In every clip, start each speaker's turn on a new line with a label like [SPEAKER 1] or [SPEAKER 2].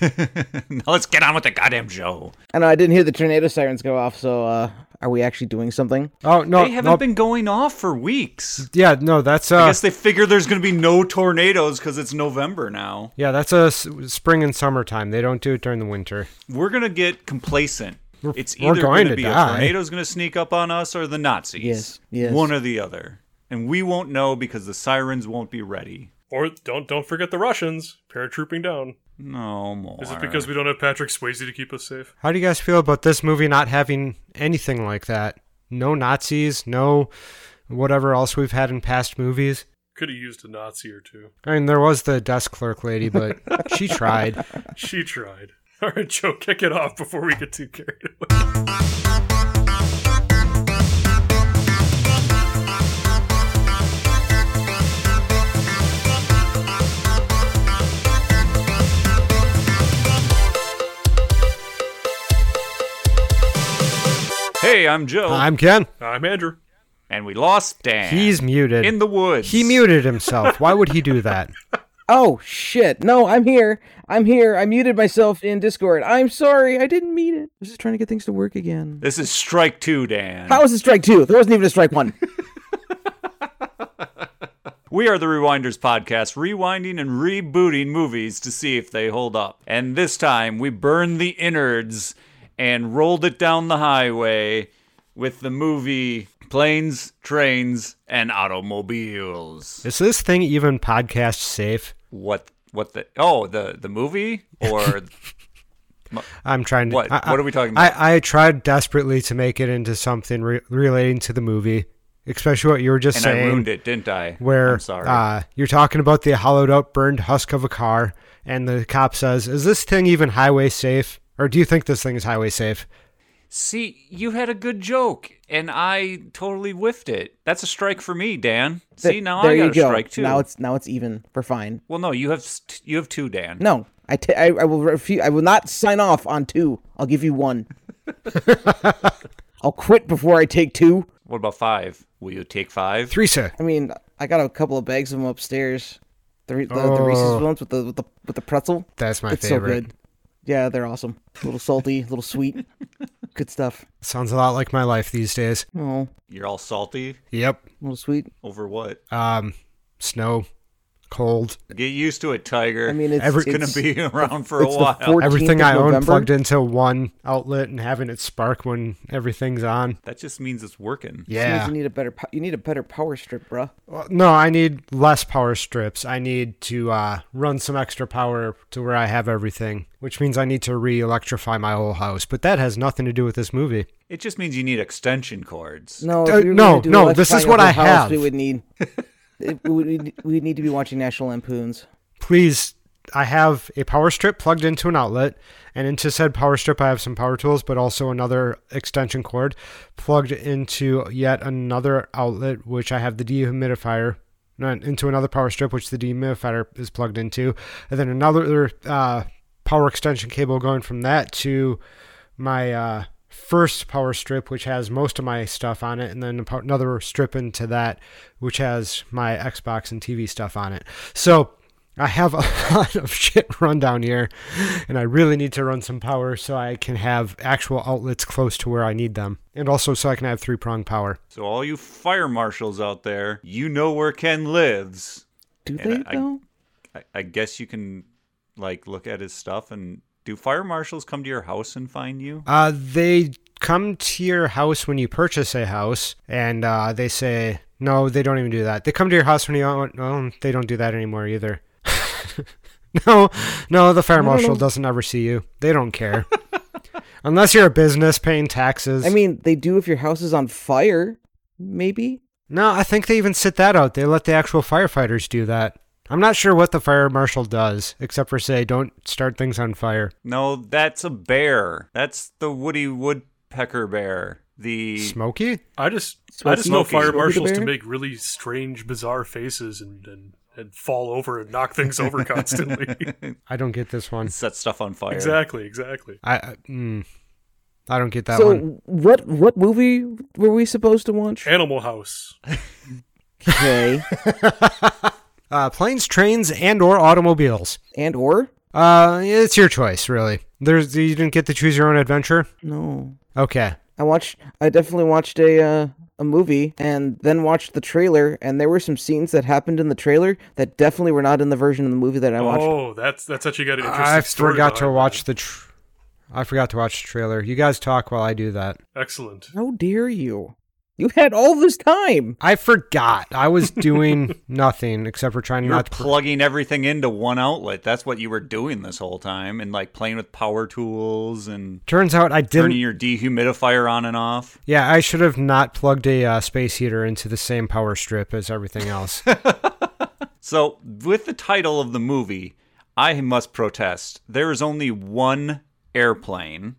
[SPEAKER 1] now let's get on with the goddamn show.
[SPEAKER 2] I know I didn't hear the tornado sirens go off, so uh, are we actually doing something?
[SPEAKER 3] Oh no,
[SPEAKER 1] they haven't
[SPEAKER 3] no,
[SPEAKER 1] been going off for weeks.
[SPEAKER 3] yeah, no, that's
[SPEAKER 1] I
[SPEAKER 3] uh,
[SPEAKER 1] guess they figure there's going to be no tornadoes because it's November now.
[SPEAKER 3] yeah, that's a s- spring and summertime. They don't do it during the winter.
[SPEAKER 1] We're going to get complacent. It's
[SPEAKER 3] we're
[SPEAKER 1] either
[SPEAKER 3] going to
[SPEAKER 1] be
[SPEAKER 3] die.
[SPEAKER 1] a tornado's going to sneak up on us or the Nazis.
[SPEAKER 2] Yes, yes.
[SPEAKER 1] One or the other. And we won't know because the sirens won't be ready.
[SPEAKER 4] Or don't don't forget the Russians paratrooping down.
[SPEAKER 1] No more.
[SPEAKER 4] Is it because we don't have Patrick Swayze to keep us safe?
[SPEAKER 3] How do you guys feel about this movie not having anything like that? No Nazis, no whatever else we've had in past movies.
[SPEAKER 4] Could have used a Nazi or two.
[SPEAKER 3] I mean, there was the desk clerk lady, but she tried.
[SPEAKER 4] She tried. All right, Joe, kick it off before we get too carried away.
[SPEAKER 1] Hey, I'm Joe.
[SPEAKER 3] I'm Ken.
[SPEAKER 4] I'm Andrew.
[SPEAKER 1] and we lost Dan.
[SPEAKER 3] He's muted.
[SPEAKER 1] in the woods.
[SPEAKER 3] he muted himself. Why would he do that?
[SPEAKER 2] Oh shit! No, I'm here. I'm here. I muted myself in Discord. I'm sorry. I didn't mean it. I was just trying to get things to work again.
[SPEAKER 1] This is strike two, Dan.
[SPEAKER 2] How was it strike two? There wasn't even a strike one.
[SPEAKER 1] We are the Rewinders podcast, rewinding and rebooting movies to see if they hold up. And this time we burned the innards and rolled it down the highway with the movie Planes, Trains, and Automobiles.
[SPEAKER 3] Is this thing even podcast safe?
[SPEAKER 1] What what the Oh, the the movie or
[SPEAKER 3] I'm trying to.
[SPEAKER 1] What?
[SPEAKER 3] I- I-
[SPEAKER 1] What are we talking about?
[SPEAKER 3] I, I tried desperately to make it into something re- relating to the movie, especially what you were just
[SPEAKER 1] and I
[SPEAKER 3] saying.
[SPEAKER 1] ruined it, didn't I?
[SPEAKER 3] Where
[SPEAKER 1] I'm sorry.
[SPEAKER 3] Uh, you're talking about the hollowed out, burned husk of a car, and the cop says, "Is this thing even highway safe? Or do you think this thing is highway safe?"
[SPEAKER 1] See, you had a good joke, and I totally whiffed it. That's a strike for me, Dan. See, now
[SPEAKER 2] there
[SPEAKER 1] I got
[SPEAKER 2] you
[SPEAKER 1] a
[SPEAKER 2] go.
[SPEAKER 1] strike too.
[SPEAKER 2] Now it's now it's even. We're fine.
[SPEAKER 1] well, no, you have st- you have two, Dan.
[SPEAKER 2] No, I ta- I- I will refuse. I will not sign off on two. I'll give you one. I'll quit before I take two.
[SPEAKER 1] What about five? Will you take five?
[SPEAKER 3] Three, sir.
[SPEAKER 2] I mean, I got a couple of bags of them upstairs. The, re- the, the Reese's ones with the with the with the pretzel.
[SPEAKER 3] That's my
[SPEAKER 2] it's
[SPEAKER 3] favorite.
[SPEAKER 2] so good. Yeah, they're awesome. A little salty, a little sweet. Good stuff.
[SPEAKER 3] Sounds a lot like my life these days.
[SPEAKER 2] Oh,
[SPEAKER 1] You're all salty
[SPEAKER 3] Yep.
[SPEAKER 2] a little sweet.
[SPEAKER 1] over what?
[SPEAKER 3] Um, snow, cold.
[SPEAKER 1] Get used to it, Tiger.
[SPEAKER 2] I mean, it's,
[SPEAKER 3] Every-
[SPEAKER 1] it's,
[SPEAKER 2] it's-
[SPEAKER 1] gonna be around for a
[SPEAKER 2] it's the
[SPEAKER 1] while.
[SPEAKER 2] 14th
[SPEAKER 3] Everything
[SPEAKER 2] of
[SPEAKER 3] I own
[SPEAKER 2] November.
[SPEAKER 3] plugged into one outlet and having it spark when everything's on.
[SPEAKER 1] that just means it's working.
[SPEAKER 2] This means
[SPEAKER 3] Yeah.
[SPEAKER 2] you need a better po- you need a better power strip, bruh.
[SPEAKER 3] Well, No, I need less power strips. I need to uh, run some extra power to where I have everything, which means I need to re electrify my whole house. But that has nothing to do with this movie.
[SPEAKER 1] It just means you need extension cords.
[SPEAKER 2] No,
[SPEAKER 3] Uh,
[SPEAKER 2] if we were
[SPEAKER 3] no,
[SPEAKER 2] to do
[SPEAKER 3] no, this is
[SPEAKER 2] electrifying
[SPEAKER 3] what
[SPEAKER 2] our
[SPEAKER 3] I
[SPEAKER 2] house,
[SPEAKER 3] have.
[SPEAKER 2] We would need. it- we would we would need to be watching National Lampoons.
[SPEAKER 3] Please, I have a power strip plugged into an outlet, and into said power strip, I have some power tools, but also another extension cord plugged into yet another outlet, which I have the dehumidifier. no, Into another power strip, which the dehumidifier is plugged into, and then another uh, power extension cable going from that to my uh, first power strip, which has most of my stuff on it, and then a po- another strip into that, which has my Xbox and TV stuff on it. So I have a lot of shit run down here, and I really need to run some power so I can have actual outlets close to where I need them, and also so I can have three prong power.
[SPEAKER 1] So all you fire marshals out there, you know where Ken lives.
[SPEAKER 2] Do
[SPEAKER 1] And
[SPEAKER 2] they
[SPEAKER 1] I-
[SPEAKER 2] though?
[SPEAKER 1] I, I guess you can like look at his stuff and do fire marshals come to your house and find you?
[SPEAKER 3] Uh, they come to your house when you purchase a house, and uh, they say no. They don't even do that. They come to your house when you own. Well, they don't do that anymore either. no, no, the fire marshal doesn't ever see you. They don't care, unless you're a business paying taxes.
[SPEAKER 2] I mean, they do if your house is on fire. Maybe
[SPEAKER 3] no, I think they even sit that out. They let the actual firefighters do that. I'm not sure what the fire marshal does, except for say, don't start things on fire.
[SPEAKER 1] No, that's a bear. That's the Woody Woodpecker bear. The
[SPEAKER 3] Smoky?
[SPEAKER 4] I just
[SPEAKER 2] Smokey-
[SPEAKER 4] I just know
[SPEAKER 1] Smokey
[SPEAKER 4] fire
[SPEAKER 2] the
[SPEAKER 4] marshals to
[SPEAKER 2] Bear?
[SPEAKER 4] make really strange, bizarre faces and, and, and fall over and knock things over constantly.
[SPEAKER 3] I don't get this one.
[SPEAKER 1] set stuff on fire.
[SPEAKER 4] exactly, exactly.
[SPEAKER 3] I I- mm, I don't get that
[SPEAKER 2] so.
[SPEAKER 3] one.
[SPEAKER 2] What what movie were we supposed to watch?
[SPEAKER 4] Animal House.
[SPEAKER 2] Okay,
[SPEAKER 3] Uh, planes, trains, and or automobiles.
[SPEAKER 2] and or
[SPEAKER 3] Uh, it's your choice, really. There's you didn't get to choose your own adventure.
[SPEAKER 2] No.
[SPEAKER 3] Okay.
[SPEAKER 2] I watched. I definitely watched a uh, a movie and then watched the trailer, and there were some scenes that happened in the trailer that definitely were not in the version of the movie that I watched.
[SPEAKER 4] Oh, that's that's actually got an interesting
[SPEAKER 3] I
[SPEAKER 4] story.
[SPEAKER 3] forgot to
[SPEAKER 4] behind
[SPEAKER 3] watch the. Tr- I forgot to watch the trailer. You guys talk while I do that.
[SPEAKER 4] that. Excellent.
[SPEAKER 2] How dare you? You had all this time.
[SPEAKER 3] I forgot. I was doing nothing except for trying
[SPEAKER 1] You're
[SPEAKER 3] not to.
[SPEAKER 1] plugging everything into one outlet. That's what you were doing this whole time, and like playing with power tools and
[SPEAKER 3] Turns out I
[SPEAKER 1] turning
[SPEAKER 3] didn't.
[SPEAKER 1] your dehumidifier on and off.
[SPEAKER 3] Yeah, I should have not plugged a uh, space heater into the same power strip as everything else.
[SPEAKER 1] So, with the title of the movie, I must protest. There is only one airplane.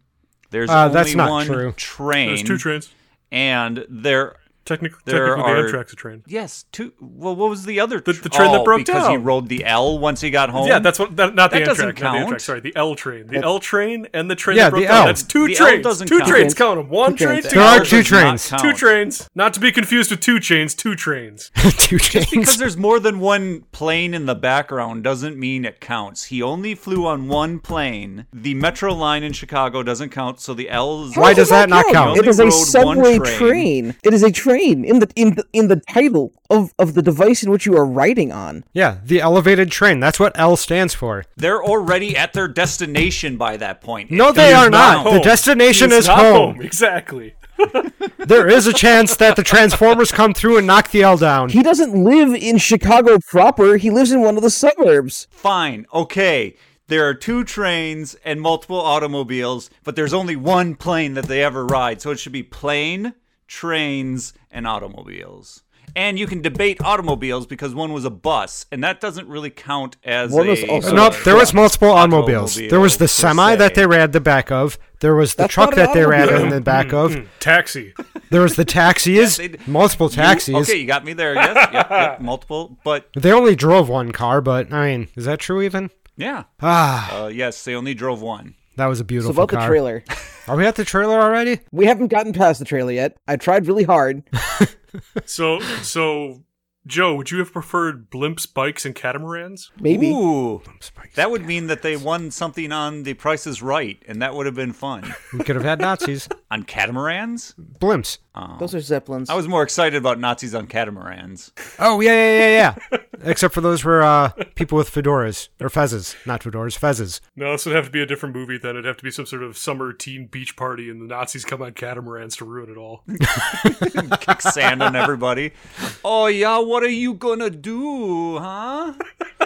[SPEAKER 1] There's
[SPEAKER 3] Uh,
[SPEAKER 1] only
[SPEAKER 3] that's not
[SPEAKER 1] one
[SPEAKER 3] true.
[SPEAKER 1] train.
[SPEAKER 4] There's two trains.
[SPEAKER 1] and there.
[SPEAKER 4] Technic-
[SPEAKER 1] There
[SPEAKER 4] technically,
[SPEAKER 1] are-
[SPEAKER 4] the Amtrak's a train.
[SPEAKER 1] Yes, two. Well, what was the other?
[SPEAKER 4] The- the train that
[SPEAKER 1] oh,
[SPEAKER 4] broke
[SPEAKER 1] because he
[SPEAKER 4] down.
[SPEAKER 1] rode the L once he got home.
[SPEAKER 4] Yeah, that's what. That, not the
[SPEAKER 1] That
[SPEAKER 4] Amtrak.
[SPEAKER 1] doesn't
[SPEAKER 4] not the
[SPEAKER 1] count.
[SPEAKER 4] Amtrak. Sorry, the L train. The L train and the train.
[SPEAKER 3] Yeah,
[SPEAKER 4] that broke
[SPEAKER 3] the
[SPEAKER 4] down.
[SPEAKER 3] L.
[SPEAKER 4] That's two
[SPEAKER 1] The L
[SPEAKER 4] trains.
[SPEAKER 1] doesn't
[SPEAKER 4] two
[SPEAKER 1] count.
[SPEAKER 4] trains. Count them. One
[SPEAKER 2] Two
[SPEAKER 4] train.
[SPEAKER 2] trains.
[SPEAKER 4] Two,
[SPEAKER 3] There are
[SPEAKER 1] L
[SPEAKER 3] two
[SPEAKER 1] does not
[SPEAKER 3] trains.
[SPEAKER 1] count.
[SPEAKER 4] two trains. Not to be confused with two chains. Two trains.
[SPEAKER 3] Two
[SPEAKER 1] Because
[SPEAKER 3] chains.
[SPEAKER 1] there's more than one plane in the background doesn't mean it counts. He only flew on one plane. The metro line in Chicago doesn't count, so the L is
[SPEAKER 3] Why
[SPEAKER 2] How
[SPEAKER 3] does that not count?
[SPEAKER 2] It is
[SPEAKER 1] Only
[SPEAKER 2] a
[SPEAKER 1] rode one
[SPEAKER 2] subway
[SPEAKER 1] train.
[SPEAKER 2] train. It is a train in the in the in the title of of the device in which you are riding on.
[SPEAKER 3] yeah, the elevated train. That's what L stands for.
[SPEAKER 1] They're already at their destination by that point.
[SPEAKER 3] No,
[SPEAKER 1] It
[SPEAKER 3] they
[SPEAKER 1] does
[SPEAKER 3] are not.
[SPEAKER 1] count.
[SPEAKER 3] The destination
[SPEAKER 4] He
[SPEAKER 3] is
[SPEAKER 4] not
[SPEAKER 3] home.
[SPEAKER 4] Exactly.
[SPEAKER 3] There is a chance that the Transformers come through and knock the L down.
[SPEAKER 2] He doesn't live in Chicago proper. He lives in one of the suburbs.
[SPEAKER 1] Fine. Okay. There are two trains and multiple automobiles, but there's only one plane that they ever ride. So it should be plane, trains, and automobiles. And you can debate automobiles because one was a bus, and that doesn't really count as
[SPEAKER 2] One
[SPEAKER 1] a.
[SPEAKER 2] was also-
[SPEAKER 3] Uh, Nope, there was multiple automobiles.
[SPEAKER 1] Automobiles,
[SPEAKER 3] There was the
[SPEAKER 1] per
[SPEAKER 3] semi
[SPEAKER 1] se.
[SPEAKER 3] that they ran the back of. There was the
[SPEAKER 2] That's
[SPEAKER 3] truck
[SPEAKER 2] not an
[SPEAKER 3] that they ran
[SPEAKER 2] automobile.
[SPEAKER 3] in the back of.
[SPEAKER 4] Hmm, Taxi.
[SPEAKER 3] There was the taxis,
[SPEAKER 1] Yeah, they-
[SPEAKER 3] multiple taxis.
[SPEAKER 1] Okay, you got me there. Yes, yep, yep, multiple, but
[SPEAKER 3] They only drove one car, but I mean, is that true even?
[SPEAKER 1] yeah.
[SPEAKER 3] Ah,
[SPEAKER 1] Uh, yes, they only drove one.
[SPEAKER 3] that was a
[SPEAKER 2] So
[SPEAKER 3] beautiful
[SPEAKER 2] about
[SPEAKER 3] car.
[SPEAKER 2] the trailer.
[SPEAKER 3] Are we at the trailer already?
[SPEAKER 2] We haven't gotten past the trailer yet. I tried really hard.
[SPEAKER 4] So so. Joe, would you have preferred blimps, bikes, and catamarans?
[SPEAKER 2] Maybe.
[SPEAKER 1] Ooh, that would mean that they won something on The Price Is Right, and that would have been fun.
[SPEAKER 3] We could have had Nazis.
[SPEAKER 1] on catamarans,
[SPEAKER 3] Blimps.
[SPEAKER 2] Those are zeppelins.
[SPEAKER 1] I was more excited about Nazis on catamarans.
[SPEAKER 3] Oh, yeah, yeah, yeah, yeah. Except for those were uh, people with fedoras, or fezzes, not fedoras, fezzes.
[SPEAKER 4] No, this would have to be a different movie then. It'd have to be some sort of summer teen beach party and the Nazis come on catamarans to ruin it all.
[SPEAKER 1] Kick sand on everybody. Oh yeah, what are you gonna do, huh?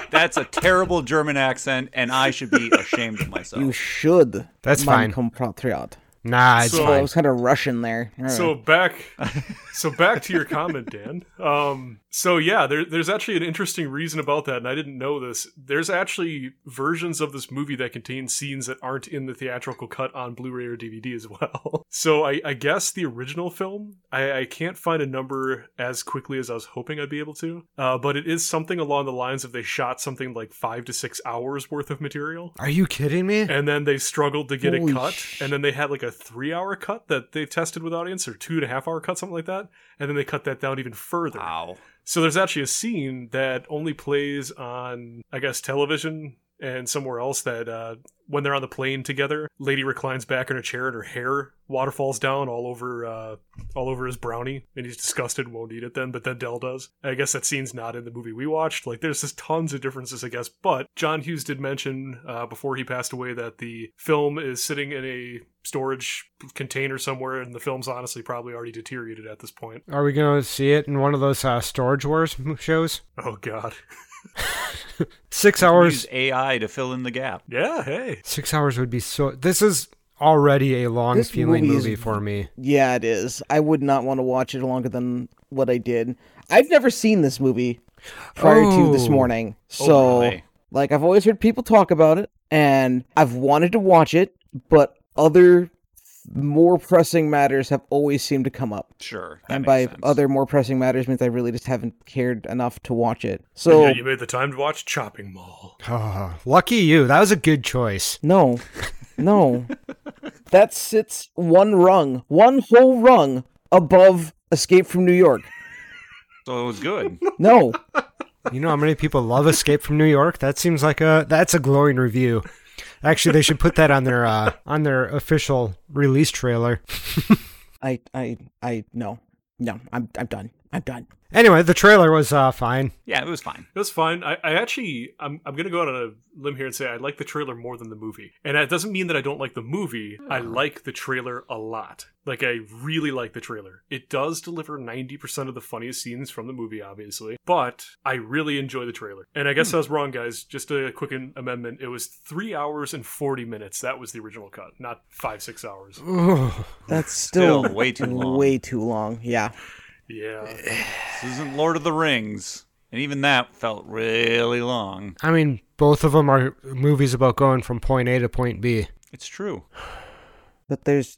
[SPEAKER 1] That's a terrible German accent, and I should be ashamed of myself.
[SPEAKER 2] you should.
[SPEAKER 3] That's
[SPEAKER 2] mein
[SPEAKER 3] fine.
[SPEAKER 2] Compatriot.
[SPEAKER 3] Nah, it's
[SPEAKER 4] So-
[SPEAKER 2] Well, I
[SPEAKER 3] fine.
[SPEAKER 2] was kind of Russian there. All right.
[SPEAKER 4] So back so back to your comment, Dan. Um so yeah, there, there's actually an interesting reason about that, and I didn't know this. There's actually versions of this movie that contain scenes that aren't in the theatrical cut on Blu-ray or DVD as well. So I, I guess the original film, I, I can't find a number as quickly as I was hoping I'd be able to. Uh, but it is something along the lines of they shot something like five to six hours worth of material.
[SPEAKER 3] Are you kidding me?
[SPEAKER 4] and then they struggled to get
[SPEAKER 2] Holy
[SPEAKER 4] it cut
[SPEAKER 2] sh-
[SPEAKER 4] and then they had like a three hour cut that they tested with audience or two and a half hour cut something like that and then they cut that down even further
[SPEAKER 1] Wow.
[SPEAKER 4] so there's actually a scene that only plays on i guess television and somewhere else that uh, when they're on the plane together lady reclines back in her chair and her hair waterfalls down all over uh, all over his brownie and he's disgusted and won't eat it then but then dell does i guess that scene's not in the movie we watched like there's just tons of differences i guess but john hughes did mention uh, before he passed away that the film is sitting in a storage container somewhere and the film's honestly probably already deteriorated at this point
[SPEAKER 3] Are we going to see it in one of those uh, Storage Wars m- shows?
[SPEAKER 4] oh god
[SPEAKER 3] Six hours.
[SPEAKER 1] Use AI to fill in the gap.
[SPEAKER 4] yeah hey
[SPEAKER 3] Six hours would be so. This is already a long
[SPEAKER 2] This
[SPEAKER 3] feeling
[SPEAKER 2] movie
[SPEAKER 3] movie,
[SPEAKER 2] is-
[SPEAKER 3] for me.
[SPEAKER 2] yeah, it is. I would not want to watch it longer than what I did. I've never seen this movie prior to this
[SPEAKER 3] Oh.
[SPEAKER 2] morning. So,
[SPEAKER 1] really?
[SPEAKER 2] like, I've always heard people talk about it, and I've wanted to watch it, but other more pressing matters have always seemed to come up.
[SPEAKER 1] Sure. that
[SPEAKER 2] And by
[SPEAKER 1] makes sense.
[SPEAKER 2] other more pressing matters means I really just haven't cared enough to watch it. So
[SPEAKER 4] Yeah, you made the time to watch Chopping Mall.
[SPEAKER 3] Oh, lucky you. That was a good choice.
[SPEAKER 2] No, no. that sits one rung, one whole rung above Escape from New York.
[SPEAKER 1] so it was good.
[SPEAKER 2] No,
[SPEAKER 3] You know how many people love Escape from New York? That seems like a that's a glowing review. Actually, they should put that on their uh, on their official release trailer.
[SPEAKER 2] I I I no. No, I'm I'm done. I'm done.
[SPEAKER 3] Anyway, the trailer was uh, fine.
[SPEAKER 1] Yeah, it was fine.
[SPEAKER 4] It was fine. I, I actually, I'm, I'm going to go out on a limb here and say I like the trailer more than the movie. And that doesn't mean that I don't like the movie. I like the trailer a lot. Like, I really like the trailer. It does deliver 90% of the funniest scenes from the movie, obviously. But I really enjoy the trailer. And I guess I was wrong, guys. Just a quick an- amendment. It was three hours and 40 minutes. That was the original cut, not five, six hours.
[SPEAKER 2] That's
[SPEAKER 1] Still
[SPEAKER 2] still,
[SPEAKER 1] way too long.
[SPEAKER 2] Way too long. Yeah.
[SPEAKER 4] Yeah.
[SPEAKER 1] This isn't Lord of the Rings, and even that felt really long.
[SPEAKER 3] I mean, both of them are movies about going from point A to point B.
[SPEAKER 1] It's true.
[SPEAKER 2] But there's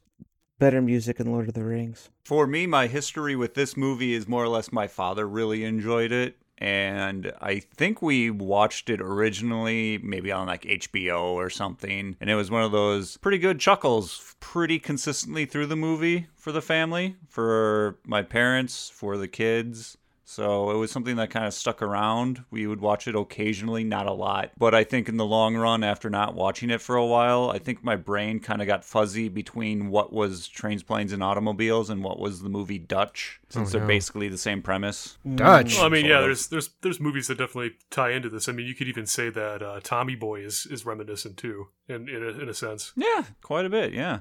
[SPEAKER 2] better music in Lord of the Rings.
[SPEAKER 1] For me, my history with this movie is more or less my father really enjoyed it. And I think we watched it originally, maybe on like HBO or something. And it was one of those pretty good chuckles, pretty consistently through the movie for the family, for my parents, for the kids. So it was something that kind of stuck around. We would watch it occasionally, not a lot. But I think in the long run, after not watching it for a while, I think my brain kind of got fuzzy between what was Trains, Planes, and Automobiles and what was the movie Dutch,
[SPEAKER 4] Oh,
[SPEAKER 1] since they're basically the same premise.
[SPEAKER 3] Dutch.
[SPEAKER 4] Well, I mean,
[SPEAKER 1] Sort
[SPEAKER 4] yeah,
[SPEAKER 1] of.
[SPEAKER 4] there's there's there's movies that definitely tie into this. I mean, you could even say that uh, Tommy Boy is is reminiscent too, in in a, in a sense.
[SPEAKER 1] Yeah, quite a bit, yeah.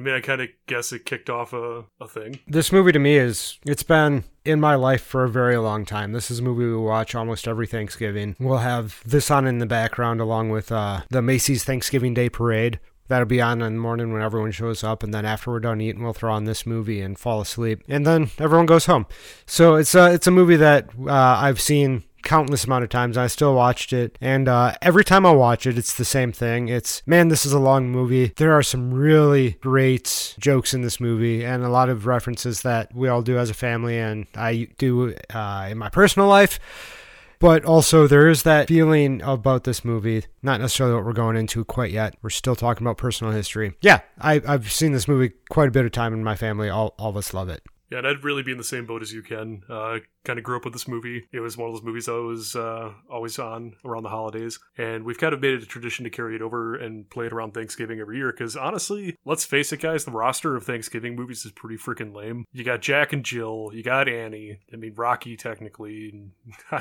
[SPEAKER 4] I mean, I kind of guess it kicked off a, a thing.
[SPEAKER 3] This movie to me is it's been in my life for a very long time. This is a movie we watch almost every Thanksgiving. We'll have this on in the background along with uh, the Macy's Thanksgiving Day Parade. That'll be on in the morning when everyone shows up, and then after we're done eating, we'll throw on this movie and fall asleep, and then everyone goes home. So it's a it's a movie that uh, I've seen countless amount of times. I still watched it, and uh, every time I watch it, it's the same thing. It's man, this is a long movie. There are some really great jokes in this movie, and a lot of references that we all do as a family, and I do uh, in my personal life. But also, there is that feeling about this movie. Not necessarily what we're going into quite yet. We're still talking about personal history. Yeah, I, I've seen this movie quite a bit of time in my family. All, all of us love it.
[SPEAKER 4] Yeah, and I'd really be in the same boat as you, Ken. Uh, kind of grew up with this movie. It was one of those movies I was uh, always on around the holidays, and we've kind of made it a tradition to carry it over and play it around Thanksgiving every year. Because honestly, let's face it, guys, the roster of Thanksgiving movies is pretty freaking lame. You got Jack and Jill, you got Annie. I mean, Rocky technically. And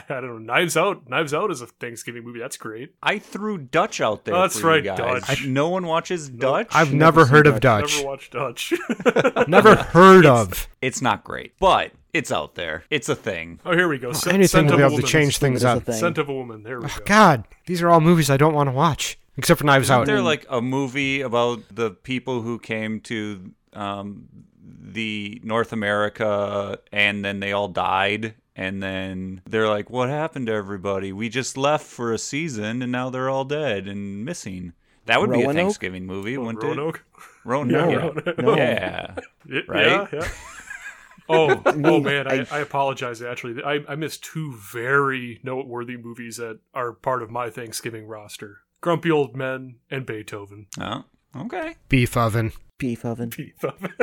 [SPEAKER 4] I don't know. Knives Out. Knives Out is a Thanksgiving movie. That's great.
[SPEAKER 1] I threw Dutch out there.
[SPEAKER 4] That's
[SPEAKER 1] for you guys.
[SPEAKER 4] right, Dutch.
[SPEAKER 1] I- no one watches Dutch.
[SPEAKER 3] I've never,
[SPEAKER 2] seen
[SPEAKER 3] heard of
[SPEAKER 2] Dutch.
[SPEAKER 3] Dutch.
[SPEAKER 4] Never watched Dutch.
[SPEAKER 3] Never heard of.
[SPEAKER 1] it's not great, but it's out there. It's a thing.
[SPEAKER 4] oh, here we go. Scent-
[SPEAKER 3] Anything
[SPEAKER 4] Scent
[SPEAKER 3] will
[SPEAKER 4] of
[SPEAKER 3] be
[SPEAKER 4] a
[SPEAKER 3] able to
[SPEAKER 4] Woman.
[SPEAKER 3] change things
[SPEAKER 2] That's
[SPEAKER 3] up.
[SPEAKER 2] the thing.
[SPEAKER 4] Scent of a Woman. There we go.
[SPEAKER 3] God, these are all movies I don't want to watch, except for Knives Out.
[SPEAKER 1] They're like a movie about the people who came to um, the North America and then they all died. And then they're like, what happened to everybody? We just left for a season and now they're all dead and missing. That would be a
[SPEAKER 2] Roanoke?
[SPEAKER 1] Thanksgiving movie, wouldn't
[SPEAKER 4] Roanoke.
[SPEAKER 1] it? Roanoke.
[SPEAKER 4] Roanoke.
[SPEAKER 1] Yeah.
[SPEAKER 2] No.
[SPEAKER 4] Y-
[SPEAKER 1] Right?
[SPEAKER 4] Yeah, yeah. oh, oh
[SPEAKER 2] mean,
[SPEAKER 4] man, I,
[SPEAKER 2] I-
[SPEAKER 4] I apologize. Actually, I, I missed two very noteworthy movies that are part of my Thanksgiving roster: Grumpy Old Men and Beethoven.
[SPEAKER 1] Oh, okay.
[SPEAKER 3] beef oven.
[SPEAKER 2] Beef oven.
[SPEAKER 4] Beethoven.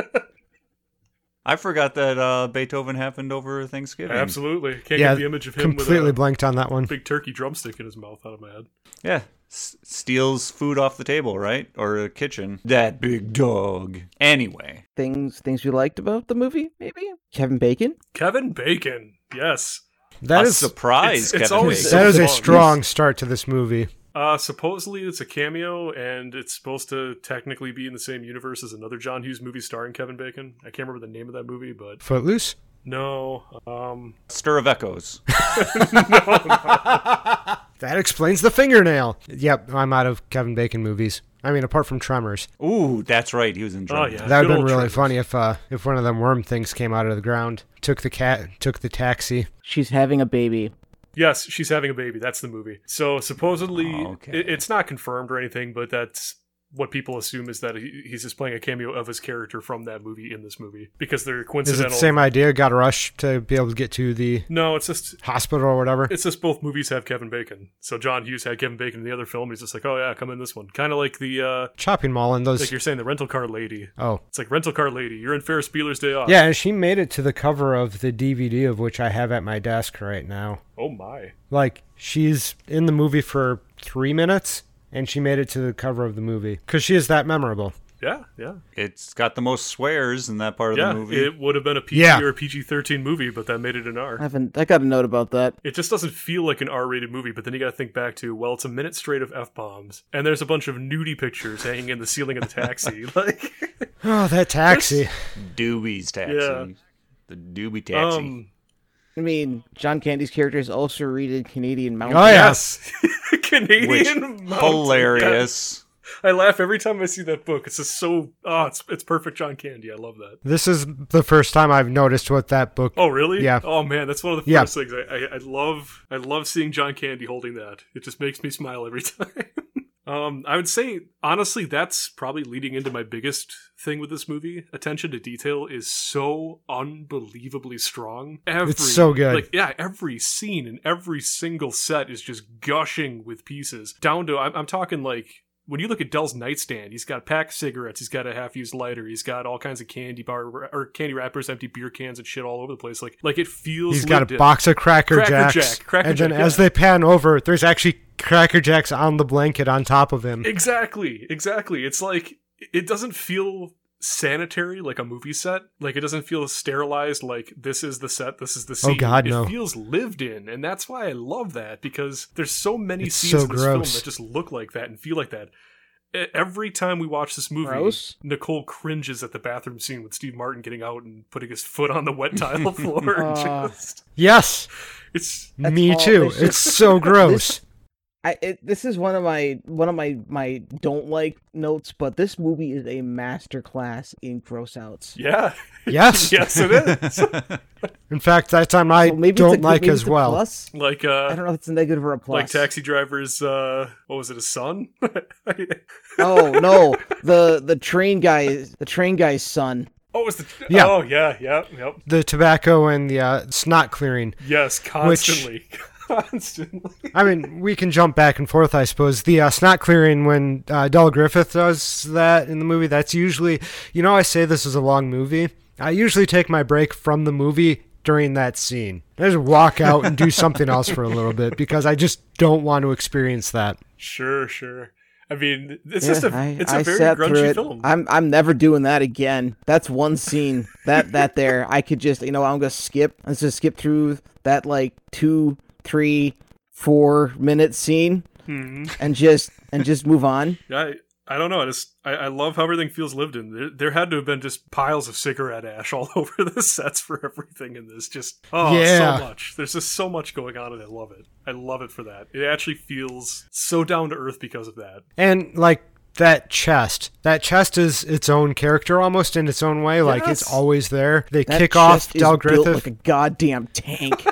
[SPEAKER 1] I forgot that uh, Beethoven happened over Thanksgiving.
[SPEAKER 4] Absolutely, can't
[SPEAKER 3] yeah,
[SPEAKER 4] get the image of him
[SPEAKER 3] completely
[SPEAKER 4] with
[SPEAKER 3] blanked on that one.
[SPEAKER 4] a big turkey drumstick in his mouth out of my head.
[SPEAKER 1] Yeah. S- steals food off the table, right? Or a kitchen. That big dog. Anyway.
[SPEAKER 2] Things things you liked about the movie, maybe? Kevin Bacon?
[SPEAKER 4] Kevin Bacon. Yes.
[SPEAKER 3] That
[SPEAKER 1] a
[SPEAKER 3] is
[SPEAKER 1] surprise,
[SPEAKER 4] it's- it's
[SPEAKER 1] Kevin
[SPEAKER 4] always-
[SPEAKER 1] Bacon.
[SPEAKER 3] that is a
[SPEAKER 4] Yes.
[SPEAKER 3] strong start to this movie.
[SPEAKER 4] Uh, supposedly it's a cameo, and it's supposed to technically be in the same universe as another John Hughes movie starring Kevin Bacon. I can't remember the name of that movie, but
[SPEAKER 3] Footloose.
[SPEAKER 4] no. Um,
[SPEAKER 1] Stir of Echoes.
[SPEAKER 3] That explains the fingernail. Yep, I'm out of Kevin Bacon movies. I mean, apart from Tremors,
[SPEAKER 1] Ooh, that's right. He was in
[SPEAKER 4] oh
[SPEAKER 1] Germany.
[SPEAKER 4] yeah,
[SPEAKER 3] that would have
[SPEAKER 4] good
[SPEAKER 3] been
[SPEAKER 4] old
[SPEAKER 3] really
[SPEAKER 4] Tremors.
[SPEAKER 3] funny if uh, if one of them worm things came out of the ground, took the cat, took the taxi.
[SPEAKER 2] She's having a baby.
[SPEAKER 4] Yes, she's having a baby. That's the movie. So supposedly,
[SPEAKER 3] Oh,
[SPEAKER 1] Okay.
[SPEAKER 4] it- it's not confirmed or anything, but that's what people assume is that he, he's just playing a cameo of his character from that movie in this movie because they're
[SPEAKER 3] Is it
[SPEAKER 4] coincidental.
[SPEAKER 3] the same idea? Got to rush to be able to get to the
[SPEAKER 4] No, it's just
[SPEAKER 3] hospital or whatever.
[SPEAKER 4] it's just both movies have Kevin Bacon. So John Hughes had Kevin Bacon in the other film. He's just like, oh yeah, come in this one. Kind of like the uh,
[SPEAKER 3] Chopping mall and
[SPEAKER 4] like
[SPEAKER 3] those.
[SPEAKER 4] you're saying the rental car lady.
[SPEAKER 3] Oh,
[SPEAKER 4] It's like rental car lady. You're in Ferris Bueller's Day Off.
[SPEAKER 3] yeah, and she made it to the cover of the DVD of which I have at my desk right now.
[SPEAKER 4] Oh my.
[SPEAKER 3] Like she's in the movie for three minutes, and she made it to the cover of the movie because she is that memorable.
[SPEAKER 4] Yeah, yeah,
[SPEAKER 1] It's got the most swears in that part of
[SPEAKER 4] yeah.
[SPEAKER 1] the movie.
[SPEAKER 4] It would have been a PG
[SPEAKER 3] Yeah.
[SPEAKER 4] or a PG-13 movie, but that made it an
[SPEAKER 2] I
[SPEAKER 4] R.
[SPEAKER 2] haven't. I got a note about that.
[SPEAKER 4] It just doesn't feel like an R-rated movie. But then you got to think back to well, it's a minute straight of f-bombs, and there's a bunch of nudie pictures hanging in the ceiling of the taxi. Like,
[SPEAKER 3] Oh, that taxi!
[SPEAKER 1] Doobies taxi.
[SPEAKER 4] Yeah.
[SPEAKER 1] The Doobie taxi.
[SPEAKER 4] um,
[SPEAKER 2] I mean, John Candy's character is also rated Canadian Mountain.
[SPEAKER 3] Oh yeah,
[SPEAKER 4] yes, Canadian
[SPEAKER 1] which
[SPEAKER 4] mountain.
[SPEAKER 1] hilarious.
[SPEAKER 4] I laugh every time I see that book. It's just so oh, it's it's perfect John Candy. I love that.
[SPEAKER 3] this is the first time I've noticed what that book.
[SPEAKER 4] Oh really?
[SPEAKER 3] Yeah.
[SPEAKER 4] Oh man, that's one of the
[SPEAKER 3] Yeah.
[SPEAKER 4] first things I, I, I love. I love seeing John Candy holding that. It just makes me smile every time. um, I would say honestly, that's probably leading into my biggest thing with this movie. Attention to detail is so unbelievably strong. Every,
[SPEAKER 3] so good.
[SPEAKER 4] Like yeah, every scene and every single set is just gushing with pieces. Down to I'm, I'm talking like. When you look at Dell's nightstand, he's got a pack of cigarettes, he's got a half-used lighter, he's got all kinds of candy bar or candy wrappers, empty beer cans, and shit all over the place. Like, like it feels.
[SPEAKER 3] He's got a
[SPEAKER 4] lived in.
[SPEAKER 3] box of Cracker,
[SPEAKER 4] Cracker
[SPEAKER 3] Jacks,
[SPEAKER 4] Jack, Cracker
[SPEAKER 3] and then
[SPEAKER 4] Jack,
[SPEAKER 3] as
[SPEAKER 4] yeah.
[SPEAKER 3] they pan over, there's actually Cracker Jacks on the blanket on top of him.
[SPEAKER 4] Exactly, exactly. It's like it doesn't feel sanitary like a movie set. Like it doesn't feel sterilized like this is the set, this is the scene.
[SPEAKER 3] Oh, God,
[SPEAKER 4] it
[SPEAKER 3] no.
[SPEAKER 4] feels lived in, and that's why I love that because there's so many
[SPEAKER 3] It's
[SPEAKER 4] scenes
[SPEAKER 3] so
[SPEAKER 4] in this
[SPEAKER 3] gross.
[SPEAKER 4] film that just look like that and feel like that. E- Every time we watch this movie,
[SPEAKER 2] Gross?
[SPEAKER 4] Nicole cringes at the bathroom scene with Steve Martin getting out and putting his foot on the wet tile floor. and
[SPEAKER 2] Ah.
[SPEAKER 4] just,
[SPEAKER 3] Yes,
[SPEAKER 4] it's
[SPEAKER 2] That's
[SPEAKER 3] me
[SPEAKER 2] all-
[SPEAKER 3] too.
[SPEAKER 2] it's
[SPEAKER 3] It's
[SPEAKER 2] just-
[SPEAKER 3] so gross.
[SPEAKER 2] I, it, this is one of my one of my my don't like notes, but this movie is a masterclass in gross outs.
[SPEAKER 4] yeah,
[SPEAKER 3] Yes.
[SPEAKER 4] yes, it is.
[SPEAKER 3] In fact, that's on my
[SPEAKER 2] Well, maybe it's a
[SPEAKER 3] don't
[SPEAKER 2] good-
[SPEAKER 3] like
[SPEAKER 2] maybe
[SPEAKER 3] as
[SPEAKER 2] it's a
[SPEAKER 3] well.
[SPEAKER 2] plus.
[SPEAKER 4] like uh,
[SPEAKER 2] I don't know if it's a negative or a plus.
[SPEAKER 4] like taxi driver's uh what was it his son
[SPEAKER 2] oh no, the the train guy, is the train guy's son.
[SPEAKER 4] oh it was the
[SPEAKER 3] Yeah.
[SPEAKER 4] oh yeah yeah yep
[SPEAKER 3] The tobacco and the uh, snot clearing.
[SPEAKER 4] yes constantly constantly
[SPEAKER 3] I mean, we can jump back and forth, I suppose. The uh, snot clearing when uh, Del Griffith does that in the movie, that's usually, you know, I say this is a long movie. I usually take my break from the movie during that scene. I just walk out and do something else for a little bit because I just don't want to experience that.
[SPEAKER 4] sure sure I mean it's
[SPEAKER 2] Yeah,
[SPEAKER 4] just a
[SPEAKER 2] I-
[SPEAKER 4] it's a
[SPEAKER 2] I
[SPEAKER 4] very
[SPEAKER 2] sat through
[SPEAKER 4] grungy
[SPEAKER 2] it.
[SPEAKER 4] film
[SPEAKER 2] I'm I'm never doing that again. That's one scene. That that there, I could just you know I'm gonna skip. Let's just skip through that like two, three, four minute scene
[SPEAKER 4] Hmm.
[SPEAKER 2] and just and just move on.
[SPEAKER 4] I I don't know I just I, I love how everything feels lived in there, there had to have been just piles of cigarette ash all over the sets for everything in this just oh
[SPEAKER 3] Yeah.
[SPEAKER 4] so much there's just so much going on and I love it I love it for that it actually feels so down to earth because of that
[SPEAKER 3] And, like, that chest. That chest is its own character almost in its own way. Like, it's
[SPEAKER 4] Yes.
[SPEAKER 3] always there. They
[SPEAKER 2] That
[SPEAKER 3] kick off
[SPEAKER 2] chest is
[SPEAKER 3] Del
[SPEAKER 2] built
[SPEAKER 3] Griffith.
[SPEAKER 2] like a goddamn tank.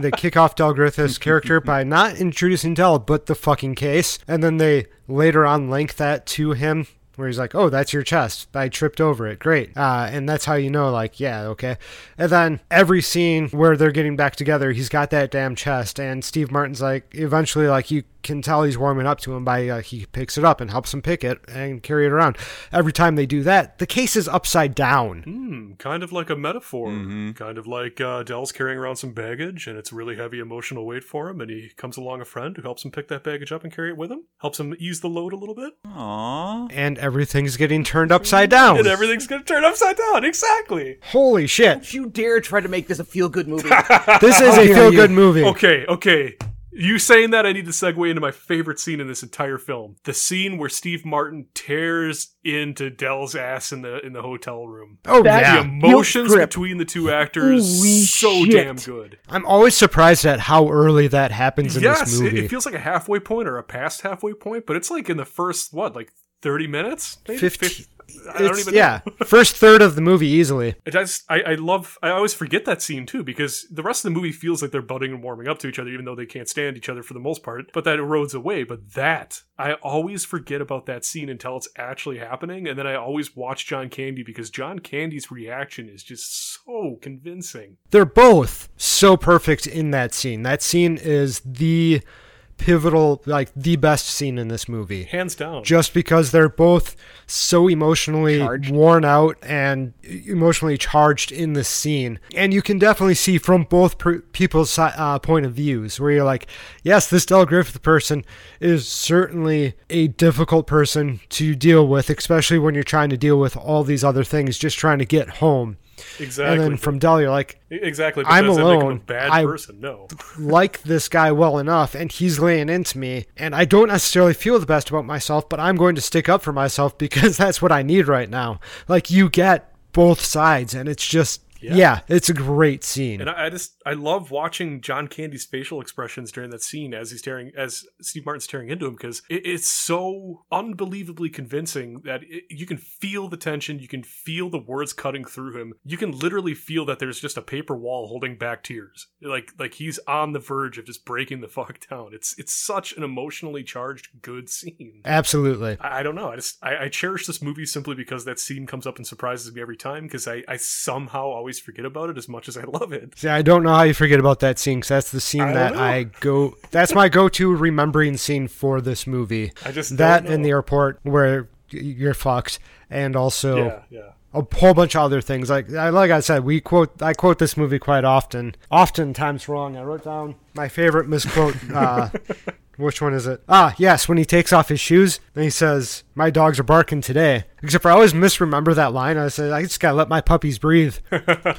[SPEAKER 3] they kick off Del Griffith's character by not introducing Del, but the fucking case. And then they later on link that to him, where he's like, oh, that's your chest. I tripped over it. Great. Uh, and that's how you know, like, yeah, okay. And then every scene where they're getting back together, he's got that damn chest. And Steve Martin's like, eventually, like, you can tell he's warming up to him by uh, he picks it up and helps him pick it and carry it around. Every time they do that, the case is upside down.
[SPEAKER 4] Hmm, kind of like a metaphor. Kind of like uh, Dell's carrying around some baggage and it's really heavy emotional weight for him, and he comes along a friend who helps him pick that baggage up and carry it with him, helps him ease the load a little bit,
[SPEAKER 1] Aw.
[SPEAKER 3] And everything's getting turned upside down.
[SPEAKER 4] and everything's going to turn upside down. Exactly.
[SPEAKER 3] Holy shit.
[SPEAKER 2] Don't you dare try to make this a feel good movie.
[SPEAKER 3] This is a
[SPEAKER 2] dare
[SPEAKER 3] feel good
[SPEAKER 2] you.
[SPEAKER 3] movie.
[SPEAKER 4] Oh, Okay, okay. You saying that, I need to segue into my favorite scene in this entire film: the scene where Steve Martin tears into Dell's ass in the in the hotel room.
[SPEAKER 3] Oh
[SPEAKER 2] That-
[SPEAKER 4] The
[SPEAKER 3] yeah.
[SPEAKER 4] emotions
[SPEAKER 2] Guilt trip.
[SPEAKER 4] between the two actors
[SPEAKER 2] Holy
[SPEAKER 4] so
[SPEAKER 2] shit.
[SPEAKER 4] damn good.
[SPEAKER 3] I'm always surprised at how early that happens in
[SPEAKER 4] yes,
[SPEAKER 3] this
[SPEAKER 4] it-
[SPEAKER 3] movie.
[SPEAKER 4] It, feels like a halfway point or a past halfway point, but it's like in the first what, like thirty minutes? Maybe
[SPEAKER 3] Fifteen-
[SPEAKER 4] fif- I don't
[SPEAKER 3] it's-
[SPEAKER 4] even know.
[SPEAKER 3] yeah, first third of the movie easily.
[SPEAKER 4] I just I, I love I always forget that scene too because the rest of the movie feels like they're budding and warming up to each other even though they can't stand each other for the most part but that erodes away but that I always forget about that scene until it's actually happening and then I always watch John Candy because John Candy's reaction is just so convincing
[SPEAKER 3] They're both so perfect in that scene. That scene is the pivotal, like the best scene in this movie.
[SPEAKER 4] hands down
[SPEAKER 3] just because they're both so emotionally
[SPEAKER 2] Charged.
[SPEAKER 3] worn out and emotionally charged in the scene. And you can definitely see from both per- people's si- uh, point of views where you're like, yes, this Del Griffith person is certainly a difficult person to deal with, especially when you're trying to deal with all these other things, just trying to get home.
[SPEAKER 4] exactly E-,
[SPEAKER 3] And then from Del, you're like,
[SPEAKER 4] exactly but
[SPEAKER 3] I'm
[SPEAKER 4] does that make him
[SPEAKER 3] alone.
[SPEAKER 4] a bad
[SPEAKER 3] I-
[SPEAKER 4] person no
[SPEAKER 3] like this guy well enough and he's laying into me and I don't necessarily feel the best about myself, but I'm going to stick up for myself because that's what I need right now. Like you get both sides and it's just yeah, it's a great scene.
[SPEAKER 4] And I, I just I love watching John Candy's facial expressions during that scene as he's staring as Steve Martin's staring into him because it, it's so unbelievably convincing that it, you can feel the tension, you can feel the words cutting through him, you can literally feel that there's just a paper wall holding back tears, like like he's on the verge of just breaking the fuck down. It's it's such an emotionally charged good scene.
[SPEAKER 3] Absolutely.
[SPEAKER 4] I I don't know. I just I, I cherish this movie simply because that scene comes up and surprises me every time because I, I somehow always forget about it as much as I love it.
[SPEAKER 3] See, I don't know how you forget about that scene because that's the scene
[SPEAKER 4] I don't
[SPEAKER 3] that
[SPEAKER 4] know.
[SPEAKER 3] I go. That's my go-to remembering scene for this movie.
[SPEAKER 4] I just
[SPEAKER 3] that
[SPEAKER 4] don't
[SPEAKER 3] and
[SPEAKER 4] know.
[SPEAKER 3] the airport where y- you're fucked, and also
[SPEAKER 4] yeah, yeah.
[SPEAKER 3] a whole bunch of other things. Like I- like I said, we quote I quote this movie quite often. Oftentimes wrong. I wrote down my favorite misquote. Uh, which one is it? Ah, yes. When he takes off his shoes and he says, "My dogs are barking today." Except for I always misremember that line. I said, "I just gotta let my puppies breathe."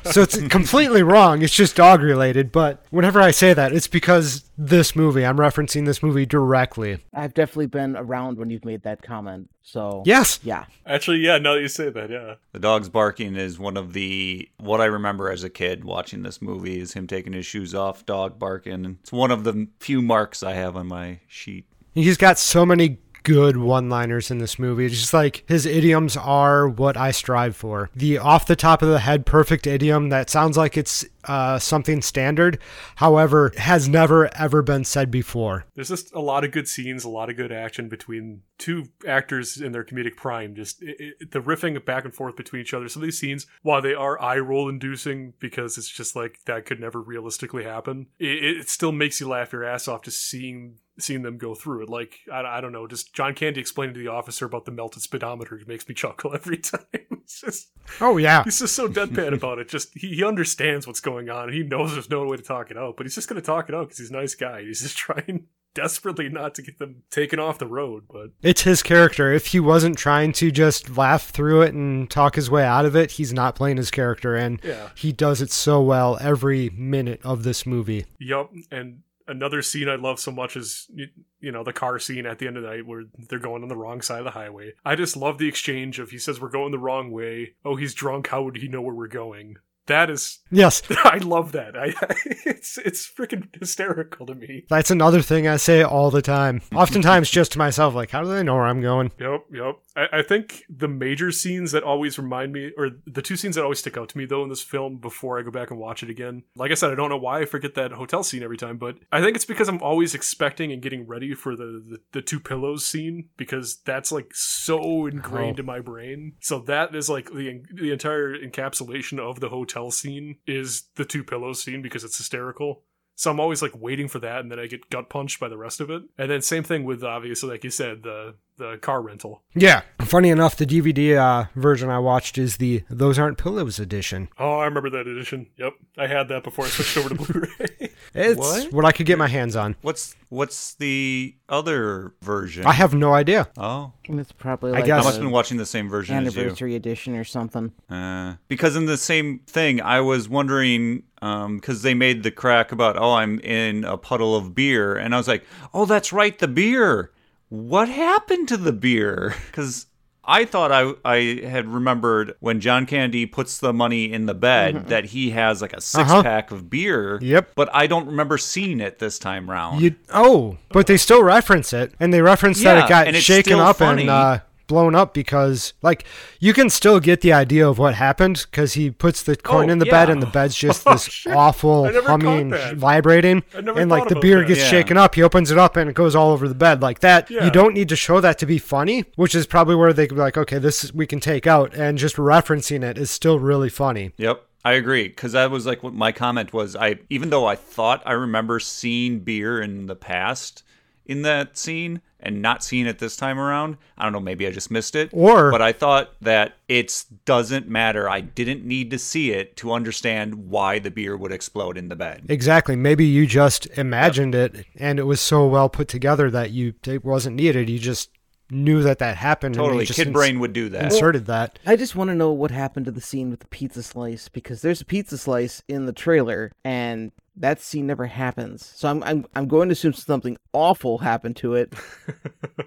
[SPEAKER 3] so it's completely wrong. It's just dog related. But whenever I say that, it's because this movie. I'm referencing this movie directly.
[SPEAKER 2] I've definitely been around when you've made that comment. So
[SPEAKER 3] Yes.
[SPEAKER 2] yeah.
[SPEAKER 4] Actually, yeah. Now that you say that, yeah.
[SPEAKER 1] The dog's barking is one of the what I remember as a kid watching this movie is him taking his shoes off, dog barking. It's one of the few marks I have on my sheet.
[SPEAKER 3] He's got so many good one liners in this movie. It's just like his idioms are what I strive for. The off the top of the head perfect idiom that sounds like it's uh, something standard, however, has never ever been said before.
[SPEAKER 4] There's just a lot of good scenes, a lot of good action between two actors in their comedic prime. Just it, it, the riffing back and forth between each other. Some of these scenes, while they are eye roll inducing because it's just like that could never realistically happen, it, it still makes you laugh your ass off just seeing seeing them go through it. Like I, I don't know, just John Candy explaining to the officer about the melted speedometer makes me chuckle every time. it's just
[SPEAKER 3] Oh yeah.
[SPEAKER 4] he's just so deadpan about it. Just he, he understands what's going on. and He knows there's no way to talk it out, but he's just going to talk it out because he's a nice guy. He's just trying desperately not to get them taken off the road. But
[SPEAKER 3] It's his character. If he wasn't trying to just laugh through it and talk his way out of it, he's not playing his character and
[SPEAKER 4] Yeah.
[SPEAKER 3] he does it so well every minute of this movie.
[SPEAKER 4] yup. And another scene I love so much is you, you know the car scene at the end of the night where they're going on the wrong side of the highway. I just love the exchange of he says we're going the wrong way. Oh, he's drunk. How would he know where we're going? That is,
[SPEAKER 3] Yes.
[SPEAKER 4] I love that. I, it's it's freaking hysterical to me.
[SPEAKER 3] That's another thing I say all the time. Oftentimes just to myself, like, how do they know where I'm going?
[SPEAKER 4] Yep, yep. I, I think the major scenes that always remind me, or the two scenes that always stick out to me, though, in this film before I go back and watch it again. Like I said, I don't know why I forget that hotel scene every time, but I think it's because I'm always expecting and getting ready for the the, the two pillows scene because that's like so ingrained
[SPEAKER 3] Oh.
[SPEAKER 4] in my brain. So that is like the the entire encapsulation of the hotel scene is the two pillows scene because it's hysterical. So I'm always like waiting for that, and then I get gut punched by the rest of it. And then same thing with obviously, like you said, the the car rental.
[SPEAKER 3] Yeah. Funny enough, the DVD uh, version I watched is the Those Aren't Pillows edition.
[SPEAKER 4] Oh, I remember that edition. Yep, I had that before I switched over to Blu-ray.
[SPEAKER 3] It's
[SPEAKER 1] What?
[SPEAKER 3] what, I could get my hands on.
[SPEAKER 1] What's what's the other version?
[SPEAKER 3] I have no idea.
[SPEAKER 1] oh,
[SPEAKER 2] And It's probably
[SPEAKER 3] I
[SPEAKER 2] like
[SPEAKER 3] guess-
[SPEAKER 1] I
[SPEAKER 3] Yes.
[SPEAKER 1] must
[SPEAKER 2] a
[SPEAKER 1] have been watching the same version as you.
[SPEAKER 2] anniversary edition or something.
[SPEAKER 1] Uh, because in the same thing, I was wondering because they made the crack about oh I'm in a puddle of beer, and I was like, oh that's right, the beer. What happened to the beer? Because I thought I I had remembered when John Candy puts the money in the bed that he has like a 6
[SPEAKER 3] Mm-hmm. Uh-huh.
[SPEAKER 1] pack of beer.
[SPEAKER 3] Yep.
[SPEAKER 1] But I don't remember seeing it this time round.
[SPEAKER 3] You oh, but they still reference it, and they reference that
[SPEAKER 1] Yeah,
[SPEAKER 3] it got
[SPEAKER 1] and it's
[SPEAKER 3] shaken
[SPEAKER 1] still
[SPEAKER 3] up
[SPEAKER 1] funny.
[SPEAKER 3] and uh, blown up because like you can still get the idea of what happened because he puts the corn
[SPEAKER 4] Oh,
[SPEAKER 3] in the
[SPEAKER 4] yeah.
[SPEAKER 3] bed and the bed's just
[SPEAKER 4] Oh,
[SPEAKER 3] this
[SPEAKER 4] shit.
[SPEAKER 3] awful
[SPEAKER 4] I never caught
[SPEAKER 3] humming,
[SPEAKER 4] that.
[SPEAKER 3] vibrating,
[SPEAKER 4] I never
[SPEAKER 3] and like
[SPEAKER 4] thought
[SPEAKER 3] the
[SPEAKER 4] about
[SPEAKER 3] beer
[SPEAKER 4] that.
[SPEAKER 3] gets
[SPEAKER 1] Yeah.
[SPEAKER 3] shaken up. He opens it up and it goes all over the bed like that.
[SPEAKER 4] Yeah.
[SPEAKER 3] You don't need to show that to be funny, which is probably where they could be like, okay, this is- we can take out, and just referencing it is still really funny.
[SPEAKER 1] Yep, I agree. Because I was like, what my comment was, I even though I thought I remember seeing beer in the past in that scene and not seeing it this time around. I don't know, maybe I just missed it.
[SPEAKER 3] Or-
[SPEAKER 1] but I thought that it doesn't matter. I didn't need to see it to understand why the beer would explode in the bed.
[SPEAKER 3] Exactly. Maybe you just imagined it, and it was so well put together that you it wasn't needed. You just knew that that happened. and you
[SPEAKER 1] Totally,
[SPEAKER 3] just
[SPEAKER 1] kid
[SPEAKER 3] ins-
[SPEAKER 1] brain would do that.
[SPEAKER 3] inserted that.
[SPEAKER 2] I just want to know what happened to the scene with the pizza slice because there's a pizza slice in the trailer and that scene never happens. So I'm I'm I'm going to assume something awful happened to it,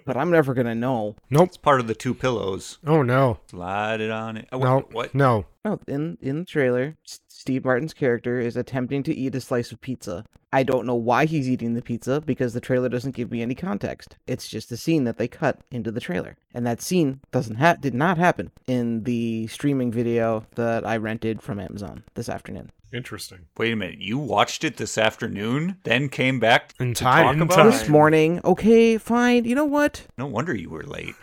[SPEAKER 2] but I'm never gonna know.
[SPEAKER 3] Nope.
[SPEAKER 1] It's part of the two pillows.
[SPEAKER 3] Oh no.
[SPEAKER 1] Slide it on it. Oh,
[SPEAKER 3] No.
[SPEAKER 1] what? what?
[SPEAKER 3] No.
[SPEAKER 2] No, Oh, in in the trailer, S- Steve Martin's character is attempting to eat a slice of pizza. I don't know why he's eating the pizza because the trailer doesn't give me any context. It's just a scene that they cut into the trailer, and that scene doesn't ha- did not happen in the streaming video that I rented from Amazon this afternoon.
[SPEAKER 4] Interesting.
[SPEAKER 1] Wait a minute. You watched it this afternoon, then came back
[SPEAKER 3] In
[SPEAKER 1] to
[SPEAKER 3] time.
[SPEAKER 1] talk
[SPEAKER 3] In
[SPEAKER 1] about
[SPEAKER 4] time.
[SPEAKER 1] it?
[SPEAKER 2] This morning, okay, fine. You know what?
[SPEAKER 1] No wonder you were late.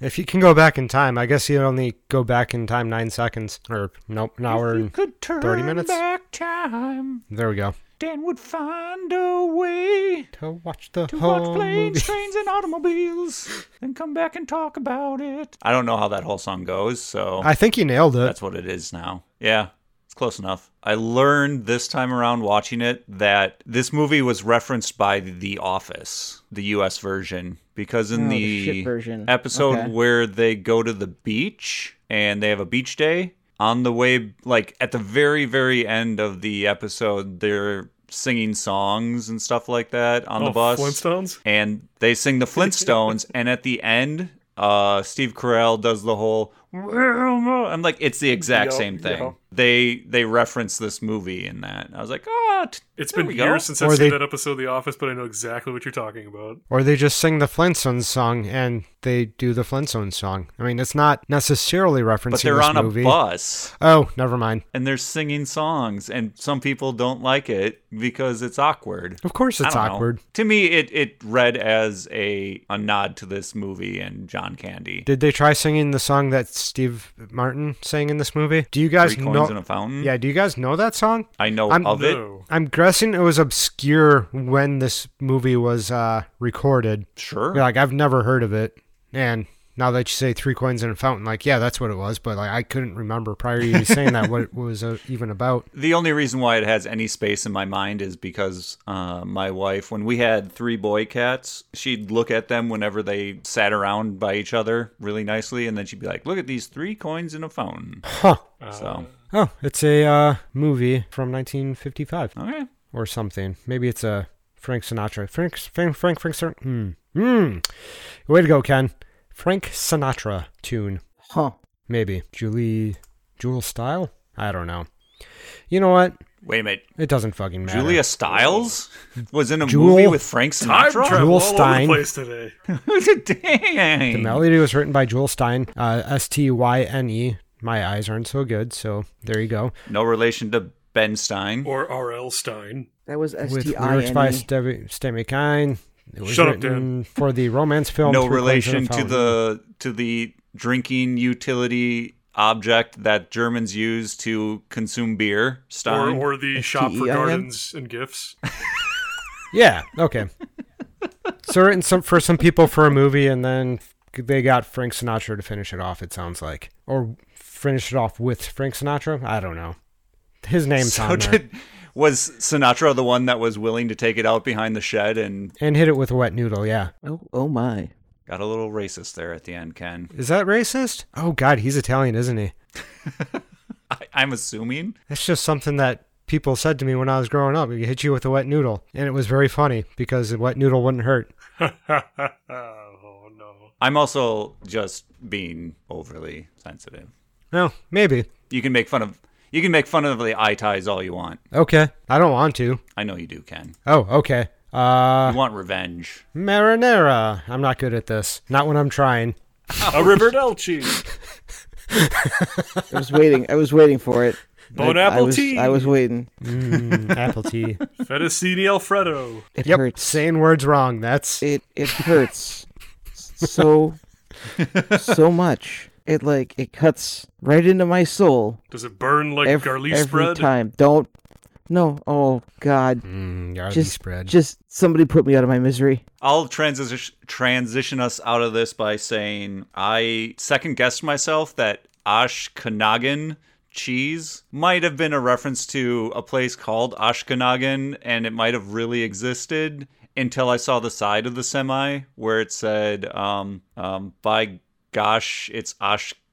[SPEAKER 3] If you can go back in time, I guess you only go back in time nine seconds or nope, an hour. And,
[SPEAKER 1] could turn
[SPEAKER 3] 30 minutes?
[SPEAKER 1] back time,
[SPEAKER 3] there we go.
[SPEAKER 1] Dan would find a way
[SPEAKER 3] To watch the
[SPEAKER 1] to
[SPEAKER 3] whole
[SPEAKER 1] watch
[SPEAKER 3] movie.
[SPEAKER 1] planes, trains, and automobiles, then come back and talk about it. I don't know how that whole song goes, so
[SPEAKER 3] I think you nailed it.
[SPEAKER 1] that's what it is now. Yeah. It's close enough. I learned this time around watching it that this movie was referenced by The Office, the US version, because in
[SPEAKER 2] Oh, the
[SPEAKER 1] the,
[SPEAKER 2] shit version.
[SPEAKER 1] episode
[SPEAKER 2] Okay.
[SPEAKER 1] where they go to the beach and they have a beach day on the way like at the very very end of the episode they're singing songs and stuff like that on
[SPEAKER 4] oh,
[SPEAKER 1] the bus
[SPEAKER 4] Flintstones.
[SPEAKER 1] and they sing the Flintstones, and at the end, uh, Steve Carell does the whole. "Wilma." I'm like, it's the exact
[SPEAKER 4] Yup,
[SPEAKER 1] same thing.
[SPEAKER 4] yup.
[SPEAKER 1] They they reference this movie in that. I was like, ah, t-
[SPEAKER 4] It's
[SPEAKER 1] there
[SPEAKER 4] been
[SPEAKER 1] we
[SPEAKER 4] years
[SPEAKER 1] go."
[SPEAKER 4] since
[SPEAKER 3] Or
[SPEAKER 4] I've seen
[SPEAKER 3] they-
[SPEAKER 4] that episode of The Office, but I know exactly what you're talking about.
[SPEAKER 3] Or they just sing the Flintstones song and they do the Flintstones song. I mean, it's not necessarily referencing
[SPEAKER 1] But they're
[SPEAKER 3] this
[SPEAKER 1] on
[SPEAKER 3] movie.
[SPEAKER 1] a bus
[SPEAKER 3] Oh, never mind.
[SPEAKER 1] and they're singing songs, and some people don't like it because it's awkward.
[SPEAKER 3] Of course,
[SPEAKER 1] I
[SPEAKER 3] it's
[SPEAKER 1] don't know.
[SPEAKER 3] awkward.
[SPEAKER 1] To me, it it read as a a nod to this movie and John Candy.
[SPEAKER 3] Did they try singing the song that Steve Martin sang in this movie? Do you guys
[SPEAKER 1] Three
[SPEAKER 3] know?
[SPEAKER 1] coins in a fountain.
[SPEAKER 3] yeah, do you guys know that song?
[SPEAKER 1] I know
[SPEAKER 3] I'm-
[SPEAKER 1] of it.
[SPEAKER 4] No.
[SPEAKER 3] I'm guessing it was obscure when this movie was uh, recorded.
[SPEAKER 1] Sure.
[SPEAKER 3] You're like, I've never heard of it. And now that you say three coins in a fountain, like, yeah, that's what it was. But like, I couldn't remember prior to you saying that what it was uh, even about.
[SPEAKER 1] The only reason why it has any space in my mind is because uh, my wife, when we had three boy cats, she'd look at them whenever they sat around by each other really nicely, and then she'd be like, "Look at these three coins in a fountain."
[SPEAKER 3] Huh.
[SPEAKER 1] So
[SPEAKER 3] Oh, it's a uh, movie from 1955
[SPEAKER 1] okay,
[SPEAKER 3] or something. Maybe it's a Frank Sinatra. Frank, Frank, Frank, Frank, Sinatra. Hmm. Hmm. Way to go, Ken. Frank Sinatra tune.
[SPEAKER 2] Huh?
[SPEAKER 3] Maybe. Julie, Jewel Style? I don't know. You know what?
[SPEAKER 1] wait a minute.
[SPEAKER 3] It doesn't fucking matter.
[SPEAKER 1] Julia Stiles was in a
[SPEAKER 3] Jewel-
[SPEAKER 1] movie with Frank
[SPEAKER 4] Time
[SPEAKER 1] Sinatra.
[SPEAKER 4] travel all over
[SPEAKER 3] Stein.
[SPEAKER 4] the place today.
[SPEAKER 3] The
[SPEAKER 1] Dang.
[SPEAKER 3] melody was written by Jewel Stein, uh, S T Y N E. My eyes aren't so good, so there you go.
[SPEAKER 1] no relation to Ben Stein.
[SPEAKER 4] Or R.L. Stein.
[SPEAKER 2] That was S
[SPEAKER 3] With
[SPEAKER 2] T I
[SPEAKER 3] lyrics by
[SPEAKER 2] N E.
[SPEAKER 3] Stevie Stevie Kine. It was
[SPEAKER 4] Shut up,
[SPEAKER 3] written for the romance film.
[SPEAKER 1] No
[SPEAKER 3] Three Coins in a
[SPEAKER 1] relation to
[SPEAKER 3] Fountain.
[SPEAKER 1] the to the drinking utility object that Germans use to consume beer.
[SPEAKER 4] Or,
[SPEAKER 1] Stein.
[SPEAKER 4] or the
[SPEAKER 3] E
[SPEAKER 4] shop for
[SPEAKER 2] T-E-I-N?
[SPEAKER 4] gardens and gifts.
[SPEAKER 3] Yeah. Okay. so written some for some people for a movie, and then they got Frank Sinatra to finish it off. It sounds like, or finish it off with Frank Sinatra. I don't know. His name's
[SPEAKER 1] So
[SPEAKER 3] on there.
[SPEAKER 1] did was Sinatra the one that was willing to take it out behind the shed and
[SPEAKER 3] and hit it with a wet noodle. Yeah.
[SPEAKER 2] Oh, oh my!
[SPEAKER 1] got a little racist there at the end, Ken?
[SPEAKER 3] Is that racist? Oh God, he's Italian, isn't he?
[SPEAKER 1] I, I'm assuming.
[SPEAKER 3] That's just something that people said to me when I was growing up. You hit you with a wet noodle, and it was very funny because a wet noodle wouldn't hurt.
[SPEAKER 4] oh, no.
[SPEAKER 1] I'm also just being overly sensitive.
[SPEAKER 3] No, maybe.
[SPEAKER 1] You can make fun of you can make fun of the eye ties all you want.
[SPEAKER 3] Okay, I don't want to.
[SPEAKER 1] I know you do, Ken.
[SPEAKER 3] Oh, okay. Uh,
[SPEAKER 1] You want revenge.
[SPEAKER 3] marinara. I'm not good at this. Not when I'm trying.
[SPEAKER 4] A Riverdalchi.
[SPEAKER 2] I was waiting. I was waiting for it.
[SPEAKER 4] Bon
[SPEAKER 2] I, I
[SPEAKER 4] apple
[SPEAKER 2] was,
[SPEAKER 4] tea.
[SPEAKER 2] I was waiting.
[SPEAKER 3] Mm, apple tea.
[SPEAKER 4] Fettuccine Alfredo.
[SPEAKER 2] It
[SPEAKER 3] Yep,
[SPEAKER 2] hurts.
[SPEAKER 3] saying words wrong. That's
[SPEAKER 2] It it hurts so so much. It like it cuts right into my soul
[SPEAKER 4] Does it burn like
[SPEAKER 2] every,
[SPEAKER 4] garlic
[SPEAKER 2] every
[SPEAKER 4] spread?
[SPEAKER 2] time. Don't. No. Oh God.
[SPEAKER 3] mm, garlic
[SPEAKER 2] Just
[SPEAKER 3] spread.
[SPEAKER 2] just somebody put me out of my misery.
[SPEAKER 1] I'll transition transition us out of this by saying I second guessed myself that Ashkenagan cheese might have been a reference to a place called Ashkenagan and it might have really existed until I saw the side of the semi where it said um, um, by gosh it's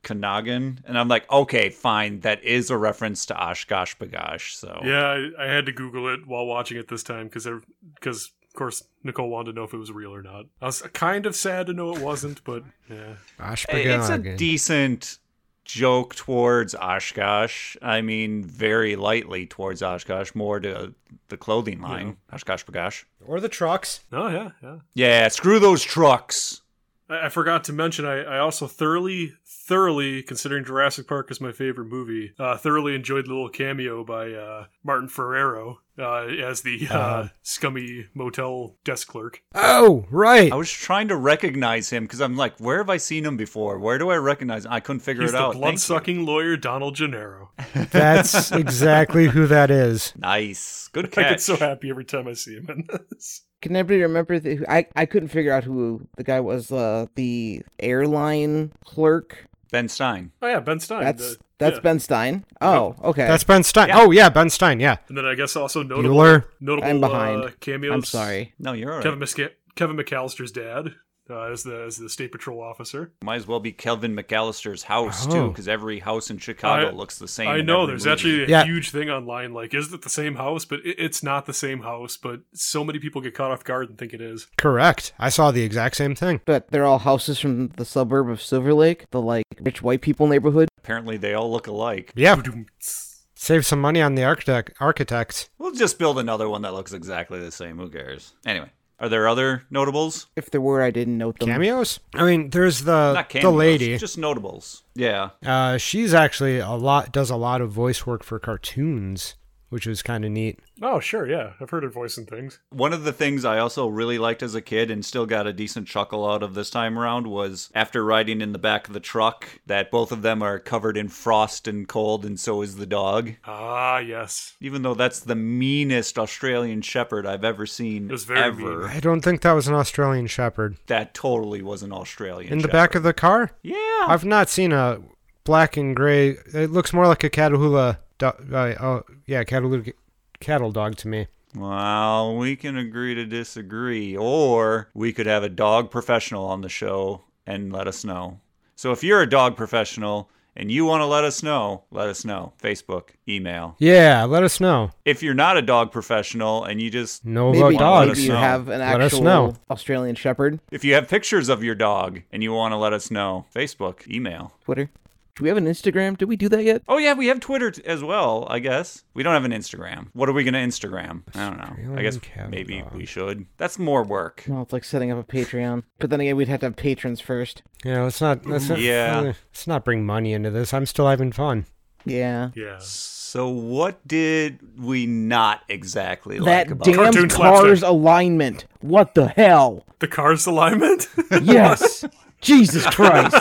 [SPEAKER 1] Ashkenagan and I'm like okay fine that is a reference to Oshkosh Bagosh so
[SPEAKER 4] Yeah, I, I had to Google it while watching it this time because because of course Nicole wanted to know if it was real or not. I was kind of sad to know it wasn't, but yeah.
[SPEAKER 1] It's a
[SPEAKER 3] Ashpaganagan.
[SPEAKER 1] decent joke towards Oshkosh. I mean, very lightly towards Oshkosh, more to the clothing line. Oshkosh Bagosh.
[SPEAKER 3] or the trucks.
[SPEAKER 4] Oh yeah, yeah.
[SPEAKER 1] Yeah, screw those trucks.
[SPEAKER 4] I, I forgot to mention I, I also thoroughly, thoroughly, considering Jurassic Park is my favorite movie, uh, thoroughly enjoyed the little cameo by uh, Martin Ferrero uh, as the uh,
[SPEAKER 1] Uh-huh.
[SPEAKER 4] scummy motel desk clerk.
[SPEAKER 3] Oh, right.
[SPEAKER 1] I was trying to recognize him because I'm like, where have I seen him before? Where do I recognize him? I couldn't figure
[SPEAKER 4] He's
[SPEAKER 1] it
[SPEAKER 4] the
[SPEAKER 1] out.
[SPEAKER 4] blood
[SPEAKER 1] Thank you.
[SPEAKER 4] sucking lawyer Donald Gennaro.
[SPEAKER 3] That's exactly who that is.
[SPEAKER 1] Nice. Good
[SPEAKER 4] I
[SPEAKER 1] catch.
[SPEAKER 4] get so happy every time I see him in this.
[SPEAKER 2] Can everybody remember? The, I I couldn't figure out who the guy was. Uh, the airline clerk.
[SPEAKER 1] ben Stein.
[SPEAKER 4] Oh yeah, Ben Stein.
[SPEAKER 2] That's
[SPEAKER 4] the-
[SPEAKER 2] that's
[SPEAKER 4] yeah.
[SPEAKER 2] Ben Stein. Oh, okay.
[SPEAKER 3] That's Ben Stein. Oh yeah, Ben Stein. Yeah.
[SPEAKER 4] And then I guess also notable
[SPEAKER 3] Bueller.
[SPEAKER 4] notable
[SPEAKER 2] I'm behind.
[SPEAKER 4] Uh, cameos.
[SPEAKER 2] I'm sorry.
[SPEAKER 1] No, you're all right.
[SPEAKER 4] Kevin Misca- Kevin McAllister's dad uh, as the as the state patrol officer.
[SPEAKER 1] Might as well be Kelvin McAllister's house,
[SPEAKER 3] Oh.
[SPEAKER 1] too, because every house in Chicago
[SPEAKER 4] I-
[SPEAKER 1] looks the same.
[SPEAKER 4] I
[SPEAKER 1] in
[SPEAKER 4] know
[SPEAKER 1] every
[SPEAKER 4] there's
[SPEAKER 1] movie.
[SPEAKER 4] actually a
[SPEAKER 3] Yeah.
[SPEAKER 4] huge thing online like is it the same house? But it, it's not the same house. But so many people get caught off guard and think it is.
[SPEAKER 3] Correct. I saw the exact same thing.
[SPEAKER 2] But they're all houses from the suburb of Silver Lake, the like rich white people neighborhood.
[SPEAKER 1] Apparently, they all look alike.
[SPEAKER 3] Yeah.
[SPEAKER 4] Ba-doom-ts.
[SPEAKER 3] Save some money on the architect. Architect.
[SPEAKER 1] We'll just build another one that looks exactly the same. Who cares? Anyway, are there other notables?
[SPEAKER 2] If there were, I didn't note them.
[SPEAKER 3] Cameos. I mean, there's the
[SPEAKER 1] Not
[SPEAKER 3] Uh, the
[SPEAKER 1] cameos,
[SPEAKER 3] lady.
[SPEAKER 1] just notables. Yeah,
[SPEAKER 3] Uh, she's actually a lot. Does a lot of voice work for cartoons, which is kind of neat.
[SPEAKER 4] Oh sure, yeah, I've heard her voice and things.
[SPEAKER 1] One of the things I also really liked as a kid and still got a decent chuckle out of this time around was after riding in the back of the truck that both of them are covered in frost and cold and so is the dog.
[SPEAKER 4] Ah yes,
[SPEAKER 1] Even though that's the meanest Australian shepherd I've ever seen
[SPEAKER 4] It was very
[SPEAKER 1] ever.
[SPEAKER 4] mean.
[SPEAKER 3] I don't think that was an Australian Shepherd
[SPEAKER 1] That totally was an Australian
[SPEAKER 3] in the
[SPEAKER 1] shepherd.
[SPEAKER 3] back of the car.
[SPEAKER 1] Yeah.
[SPEAKER 3] I've not seen a black and gray. It looks more like a Catahoula. Do- uh, oh yeah, Catahoula cattle dog to me.
[SPEAKER 1] Well, we can agree to disagree, or we could have a dog professional on the show and let us know. So if you're a dog professional and you want to let us know, let us know. Facebook, email.
[SPEAKER 3] Yeah, let us know.
[SPEAKER 1] If you're not a dog professional and you just,
[SPEAKER 3] Know
[SPEAKER 2] Maybe,
[SPEAKER 3] about dogs.
[SPEAKER 2] maybe you
[SPEAKER 1] know.
[SPEAKER 2] have an
[SPEAKER 3] Let us
[SPEAKER 2] actual
[SPEAKER 3] know.
[SPEAKER 2] Australian Shepherd.
[SPEAKER 1] if you have pictures of your dog and you want to let us know, Facebook, email.
[SPEAKER 2] Twitter. Do we have an Instagram? Did we do that yet?
[SPEAKER 1] Oh, yeah, we have Twitter t- as well, I guess. We don't have an Instagram. What are we going to Instagram? I don't know. I guess
[SPEAKER 3] Australian
[SPEAKER 1] maybe
[SPEAKER 3] dog.
[SPEAKER 1] we should. That's more work.
[SPEAKER 2] No, it's like setting up a Patreon. But then again, we'd have to have patrons first.
[SPEAKER 3] Yeah, let's not. Let's not
[SPEAKER 1] Yeah.
[SPEAKER 3] Let's not bring money into this. I'm still having fun.
[SPEAKER 2] Yeah.
[SPEAKER 4] Yeah.
[SPEAKER 1] So, what did we not exactly like
[SPEAKER 2] That
[SPEAKER 1] about
[SPEAKER 2] damn
[SPEAKER 4] Cartoon
[SPEAKER 2] car's
[SPEAKER 4] slapstick.
[SPEAKER 2] alignment. What the hell?
[SPEAKER 4] The car's alignment.
[SPEAKER 2] Yes. Jesus Christ.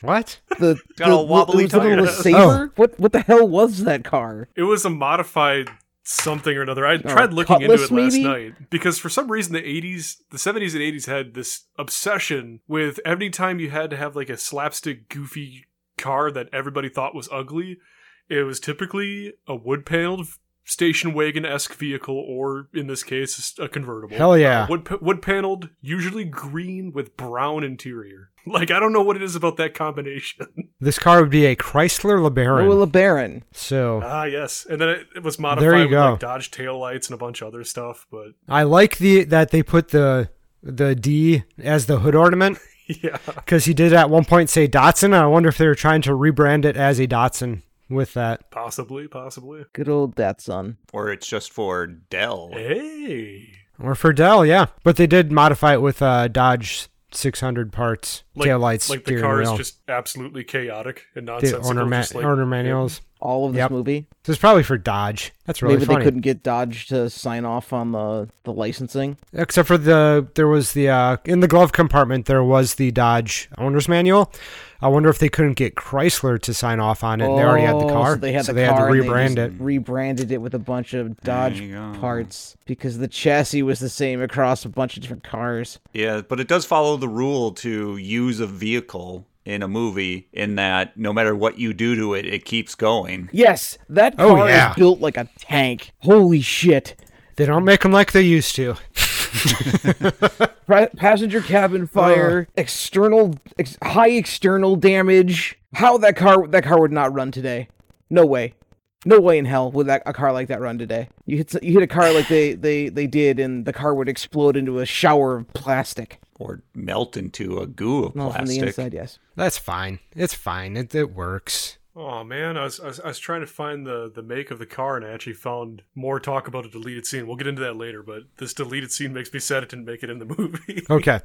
[SPEAKER 3] What?
[SPEAKER 2] The,
[SPEAKER 1] Got all
[SPEAKER 2] the-
[SPEAKER 1] wobbly
[SPEAKER 2] it was literally
[SPEAKER 1] tires.
[SPEAKER 2] a
[SPEAKER 3] Oh.
[SPEAKER 2] saber? What what the hell was that car?
[SPEAKER 4] It was a modified something or another. I tried looking
[SPEAKER 2] Cutlass,
[SPEAKER 4] into it last
[SPEAKER 2] maybe?
[SPEAKER 4] night because for some reason the 80s, the 70s and 80s had this obsession with every time you had to have like a slapstick goofy car that everybody thought was ugly, it was typically a wood paneled station wagon esque vehicle or in this case a convertible.
[SPEAKER 3] Hell yeah.
[SPEAKER 4] Wood, pa- wood paneled, usually green with brown interior. Like I don't know what it is about that combination.
[SPEAKER 3] This car would be a Chrysler LeBaron.
[SPEAKER 2] Oh, a Baron.
[SPEAKER 3] so
[SPEAKER 4] ah, yes. And then it, it was modified
[SPEAKER 3] Oh. There you
[SPEAKER 4] with
[SPEAKER 3] go.
[SPEAKER 4] like Dodge taillights and a bunch of other stuff, but
[SPEAKER 3] I like the that they put the the D as the hood ornament
[SPEAKER 4] Yeah.
[SPEAKER 3] because he did at one point say Datsun. And I wonder if they were trying to rebrand it as a Datsun with that.
[SPEAKER 4] Possibly, possibly.
[SPEAKER 2] Good old that son.
[SPEAKER 1] or it's just for Dell.
[SPEAKER 4] Hey.
[SPEAKER 3] Or for Dell, yeah. But they did modify it with uh, Dodge 600 parts,
[SPEAKER 4] Like,
[SPEAKER 3] taillights,
[SPEAKER 4] like the
[SPEAKER 3] steering
[SPEAKER 4] car
[SPEAKER 3] wheel,
[SPEAKER 4] is just absolutely chaotic and
[SPEAKER 3] the
[SPEAKER 4] nonsensical.
[SPEAKER 3] owner, ma-
[SPEAKER 4] just like-
[SPEAKER 3] owner manuals.
[SPEAKER 2] All of this
[SPEAKER 3] Yep.
[SPEAKER 2] movie.
[SPEAKER 3] This is probably for Dodge. That's really
[SPEAKER 2] Maybe
[SPEAKER 3] funny.
[SPEAKER 2] they couldn't get Dodge to sign off on the the licensing.
[SPEAKER 3] except for the there was the uh, in the glove compartment there was the Dodge owner's manual. I wonder if they couldn't get Chrysler to sign off on it. and they already had the
[SPEAKER 2] Oh,
[SPEAKER 3] car,
[SPEAKER 2] so they had the
[SPEAKER 3] to
[SPEAKER 2] car and they
[SPEAKER 3] rebrand
[SPEAKER 2] just
[SPEAKER 3] it.
[SPEAKER 2] Rebranded it with a bunch of Dodge
[SPEAKER 1] you go.
[SPEAKER 2] parts because the chassis was the same across a bunch of different cars.
[SPEAKER 1] Yeah, but it does follow the rule to use a vehicle in a movie in that no matter what you do to it, it keeps going.
[SPEAKER 2] Yes, that
[SPEAKER 3] Oh,
[SPEAKER 2] car
[SPEAKER 3] yeah.
[SPEAKER 2] is built like a tank. Holy shit!
[SPEAKER 3] They don't make them like they used to.
[SPEAKER 2] Pri- passenger cabin fire, external, ex- high external damage. How that car that car would not run today? No way, no way in hell would that a car like that run today. You hit s- you hit a car like they they they did, and the car would explode into a shower of plastic.
[SPEAKER 1] Or melt into a goo of
[SPEAKER 2] Well, from the
[SPEAKER 1] plastic.
[SPEAKER 2] inside, yes.
[SPEAKER 3] That's fine. It's fine. It, it works.
[SPEAKER 4] Oh man, I was, I was I was trying to find the the make of the car, and I actually found more talk about a deleted scene. We'll get into that later, but this deleted scene makes me sad it didn't make it in the movie.
[SPEAKER 3] Okay.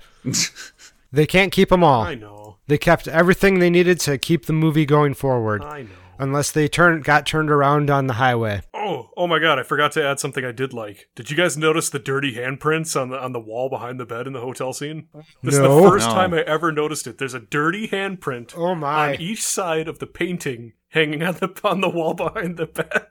[SPEAKER 3] they can't keep them all.
[SPEAKER 4] I know,
[SPEAKER 3] They kept everything they needed to keep the movie going forward,
[SPEAKER 4] I know.
[SPEAKER 3] unless they turn got turned around on the highway.
[SPEAKER 4] Oh, oh my God! I forgot to add something I did like. Did you guys notice the dirty handprints on the on the wall behind the bed in the hotel scene? This is
[SPEAKER 3] No.
[SPEAKER 4] the first
[SPEAKER 1] No.
[SPEAKER 4] time I ever noticed it. There's a dirty handprint
[SPEAKER 3] Oh my!
[SPEAKER 4] on E- each side of the painting hanging on the on the wall behind the bed.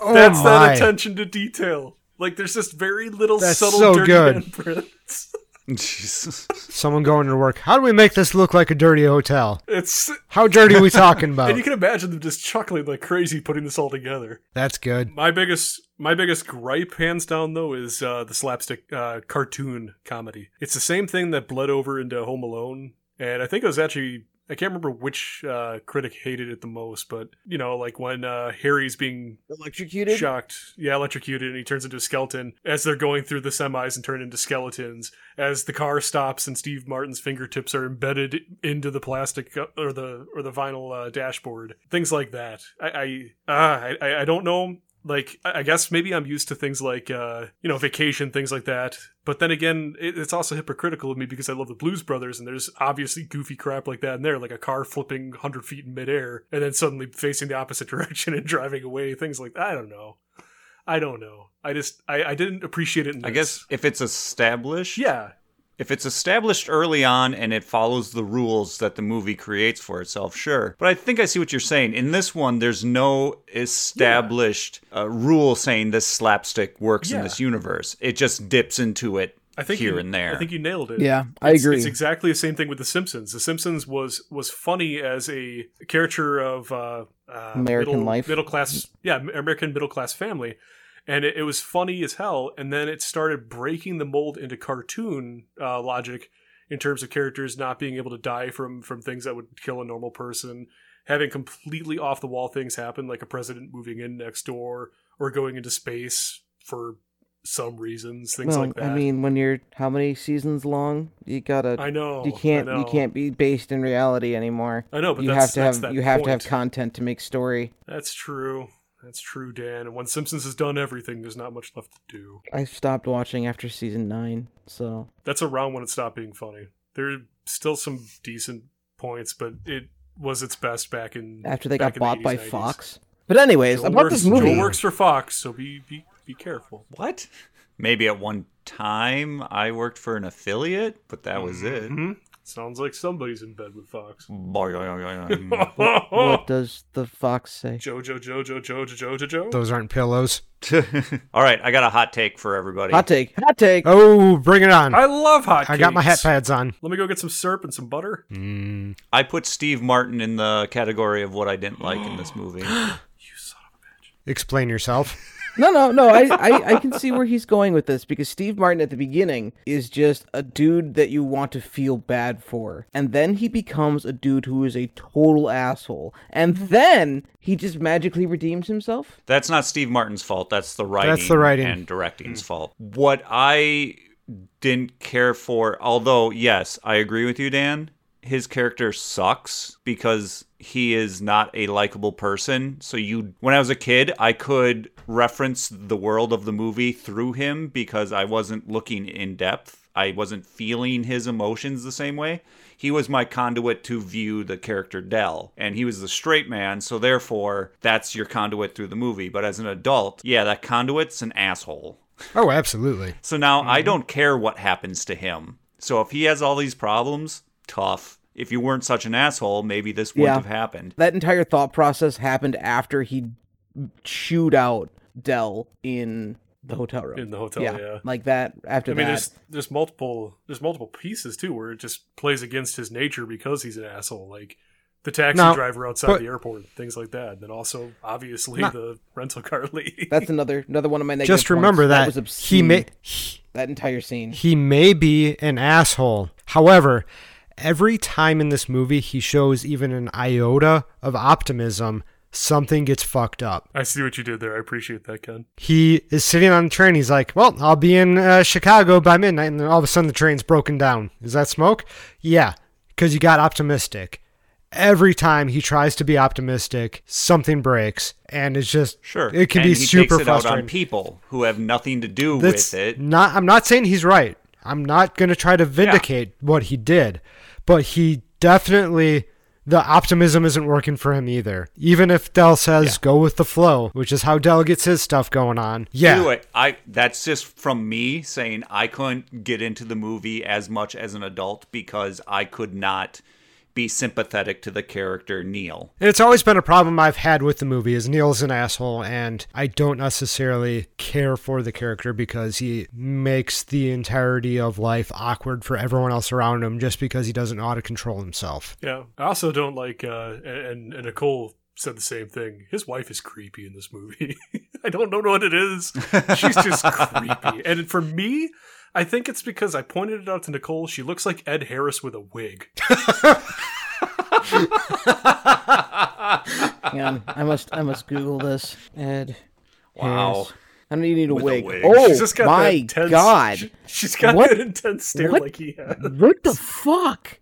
[SPEAKER 3] oh
[SPEAKER 4] That's
[SPEAKER 3] my!
[SPEAKER 4] that attention to detail. Like there's just very little
[SPEAKER 3] That's
[SPEAKER 4] subtle
[SPEAKER 3] so
[SPEAKER 4] dirty
[SPEAKER 3] good.
[SPEAKER 4] handprints.
[SPEAKER 1] Jesus.
[SPEAKER 3] Someone going to work. How do we make this look like a dirty hotel?
[SPEAKER 4] It's
[SPEAKER 3] How dirty we talking
[SPEAKER 4] and
[SPEAKER 3] about?
[SPEAKER 4] you can imagine them just chuckling like crazy putting this all together.
[SPEAKER 3] That's good.
[SPEAKER 4] My biggest my biggest gripe, hands down though, is uh, the slapstick uh, cartoon comedy. It's the same thing that bled over into Home Alone, and I think it was actually. I can't remember which uh, critic hated it the most, but you know, like when uh, Harry's being
[SPEAKER 2] Electrocuted.
[SPEAKER 4] shocked, yeah, electrocuted, and he turns into a skeleton as they're going through the semis and turn into skeletons. As the car stops and Steve Martin's fingertips are embedded into the plastic uh, or the or the vinyl uh, dashboard, things like that. I I, uh, I I- I don't know. Like I I guess maybe I'm used to things like uh, you know vacation things like that, but then again, it, it's also hypocritical of me because I love the Blues Brothers, and there's obviously goofy crap like that in there, like a car flipping 100 feet in midair and then suddenly facing the opposite direction and driving away, things like that. I don't know. I don't know. I just, I, I didn't appreciate it in
[SPEAKER 1] I
[SPEAKER 4] this.
[SPEAKER 1] guess if it's established,
[SPEAKER 4] Yeah.
[SPEAKER 1] if it's established early on and it follows the rules that the movie creates for itself, sure. But I think I see what you're saying. In this one, there's no established uh, rule saying this slapstick works
[SPEAKER 4] Yeah.
[SPEAKER 1] in this universe. It just dips into it
[SPEAKER 4] I think
[SPEAKER 1] here
[SPEAKER 4] you,
[SPEAKER 1] and there.
[SPEAKER 4] I think you nailed it.
[SPEAKER 2] Yeah, I
[SPEAKER 4] It's-
[SPEAKER 2] agree.
[SPEAKER 4] It's exactly the same thing with The Simpsons. The Simpsons was was funny as a caricature of uh, uh,
[SPEAKER 2] American
[SPEAKER 4] middle,
[SPEAKER 2] life.
[SPEAKER 4] middle class, yeah, American middle class family, and it, it was funny as hell. And then it started breaking the mold into cartoon uh, logic in terms of characters not being able to die from from things that would kill a normal person, having completely off the wall things happen, like a president moving in next door or going into space for some reasons, things
[SPEAKER 2] well,
[SPEAKER 4] like that.
[SPEAKER 2] I mean, when you're how many seasons long, you gotta.
[SPEAKER 4] I know
[SPEAKER 2] you
[SPEAKER 4] I
[SPEAKER 2] can't you
[SPEAKER 4] know.
[SPEAKER 2] can't be based in reality anymore.
[SPEAKER 4] I know, but
[SPEAKER 2] you have
[SPEAKER 4] that's,
[SPEAKER 2] to
[SPEAKER 4] that's
[SPEAKER 2] have
[SPEAKER 4] that
[SPEAKER 2] you have to
[SPEAKER 4] point.
[SPEAKER 2] have content to make story.
[SPEAKER 4] That's true. That's true, Dan. And when Simpsons has done everything, there's not much left to do.
[SPEAKER 2] I stopped watching after season nine, so
[SPEAKER 4] That's around when it stopped being funny. There are still some decent points, but it was its best back in
[SPEAKER 2] after they
[SPEAKER 4] back
[SPEAKER 2] got
[SPEAKER 4] in
[SPEAKER 2] bought by
[SPEAKER 4] 80s, 90s.
[SPEAKER 2] Fox. But anyways,
[SPEAKER 4] Joel
[SPEAKER 2] about
[SPEAKER 4] works,
[SPEAKER 2] this movie,
[SPEAKER 4] Joel works for Fox, so be be be careful.
[SPEAKER 1] what? Maybe at one time I worked for an affiliate, but that was it.
[SPEAKER 4] hmm Sounds like somebody's in bed with Fox.
[SPEAKER 1] Boing.
[SPEAKER 4] Oh!
[SPEAKER 2] what does the Fox say?
[SPEAKER 4] Jojo, Jojo, Jojo, Jojo, Jojo.
[SPEAKER 3] Those aren't pillows.
[SPEAKER 1] All right, I got a hot take for everybody.
[SPEAKER 2] Hot take, hot take.
[SPEAKER 3] Oh, bring it on! I,
[SPEAKER 4] I love hot.
[SPEAKER 3] got my hat
[SPEAKER 4] cakes.
[SPEAKER 3] pads on.
[SPEAKER 4] Let me go get some syrup and some butter.
[SPEAKER 1] I put Steve Martin in the category of what I didn't like in this movie.
[SPEAKER 3] Explain yourself.
[SPEAKER 2] No, no, no. I, I, I can see where he's going with this because Steve Martin at the beginning is just a dude that you want to feel bad for. And then he becomes a dude who is a total asshole. And
[SPEAKER 4] Mm-hmm.
[SPEAKER 2] then he just magically redeems himself.
[SPEAKER 1] That's not Steve Martin's fault. That's the writing.
[SPEAKER 3] the writing.
[SPEAKER 1] and directing's fault. What I didn't care for, although yes, I agree with you, Dan. his character sucks because he is not a likable person. So you when I was a kid, I could reference the world of the movie through him because I wasn't looking in depth. I wasn't feeling his emotions the same way. He was my conduit to view the character Dell, and he was the straight man, so therefore that's your conduit through the movie. But as an adult, yeah, that conduit's an asshole.
[SPEAKER 3] Oh, absolutely.
[SPEAKER 1] So now I
[SPEAKER 3] Mm-hmm.
[SPEAKER 1] don't care what happens to him. So if he has all these problems, tough. If you weren't such an asshole, maybe this wouldn't
[SPEAKER 2] Yeah.
[SPEAKER 1] have happened.
[SPEAKER 2] That entire thought process happened after he chewed out Dell in the hotel room.
[SPEAKER 4] in the hotel.
[SPEAKER 2] yeah.
[SPEAKER 4] yeah.
[SPEAKER 2] like that. After
[SPEAKER 4] I mean,
[SPEAKER 2] that,
[SPEAKER 4] there's there's multiple there's multiple pieces too where it just plays against his nature because he's an asshole, like the taxi
[SPEAKER 3] No,
[SPEAKER 4] driver outside
[SPEAKER 3] but-
[SPEAKER 4] the airport, things like that. And then also, obviously,
[SPEAKER 3] No.
[SPEAKER 4] the rental car lady.
[SPEAKER 2] that's another another one of my negative.
[SPEAKER 3] Just remember
[SPEAKER 2] points.
[SPEAKER 3] that,
[SPEAKER 2] was
[SPEAKER 3] he
[SPEAKER 2] obscene.
[SPEAKER 3] may he,
[SPEAKER 2] that entire scene.
[SPEAKER 3] he may be an asshole. However, every time in this movie he shows even an iota of optimism, something gets fucked up.
[SPEAKER 4] I see what you did there. I appreciate that, Ken.
[SPEAKER 3] He is sitting on the train. He's like, "Well, I'll be in uh, Chicago by midnight," and then all of a sudden the train's broken down. Is that smoke? Yeah, because you got optimistic. Every time he tries to be optimistic, something breaks, and it's just
[SPEAKER 1] Sure.
[SPEAKER 3] It can
[SPEAKER 1] and
[SPEAKER 3] be
[SPEAKER 1] he
[SPEAKER 3] super
[SPEAKER 1] takes it out
[SPEAKER 3] frustrating.
[SPEAKER 1] on people who have nothing to do
[SPEAKER 3] That's
[SPEAKER 1] with it.
[SPEAKER 3] Not I'm not saying he's right. I'm not going to try to vindicate what he did, but he definitely the optimism isn't working for him either. Even if Dell says go with the flow, which is how Dell gets his stuff going on. Yeah.
[SPEAKER 1] Anyway, I that's just from me saying I couldn't get into the movie as much as an adult because I could not be sympathetic to the character Neil.
[SPEAKER 3] And it's always been a problem I've had with the movie is Neil's an asshole and I don't necessarily care for the character because he makes the entirety of life awkward for everyone else around him just because he doesn't know how to control himself.
[SPEAKER 4] Yeah, I also don't like. Uh, and, and Nicole said the same thing. His wife is creepy in this movie. I don't know what it is. She's just creepy. And for me, I think it's because I pointed it out to Nicole. She looks like Ed Harris with a wig.
[SPEAKER 2] Hang on, I must I must Google this. Ed,
[SPEAKER 1] Wow.
[SPEAKER 2] Harris. I don't even need a
[SPEAKER 1] With a
[SPEAKER 2] wig.
[SPEAKER 1] wig.
[SPEAKER 2] Oh
[SPEAKER 4] She's just got
[SPEAKER 2] my
[SPEAKER 4] that intense,
[SPEAKER 2] god!
[SPEAKER 4] she- she's got
[SPEAKER 2] What?
[SPEAKER 4] that intense stare
[SPEAKER 2] What?
[SPEAKER 4] like he had.
[SPEAKER 2] What the fuck?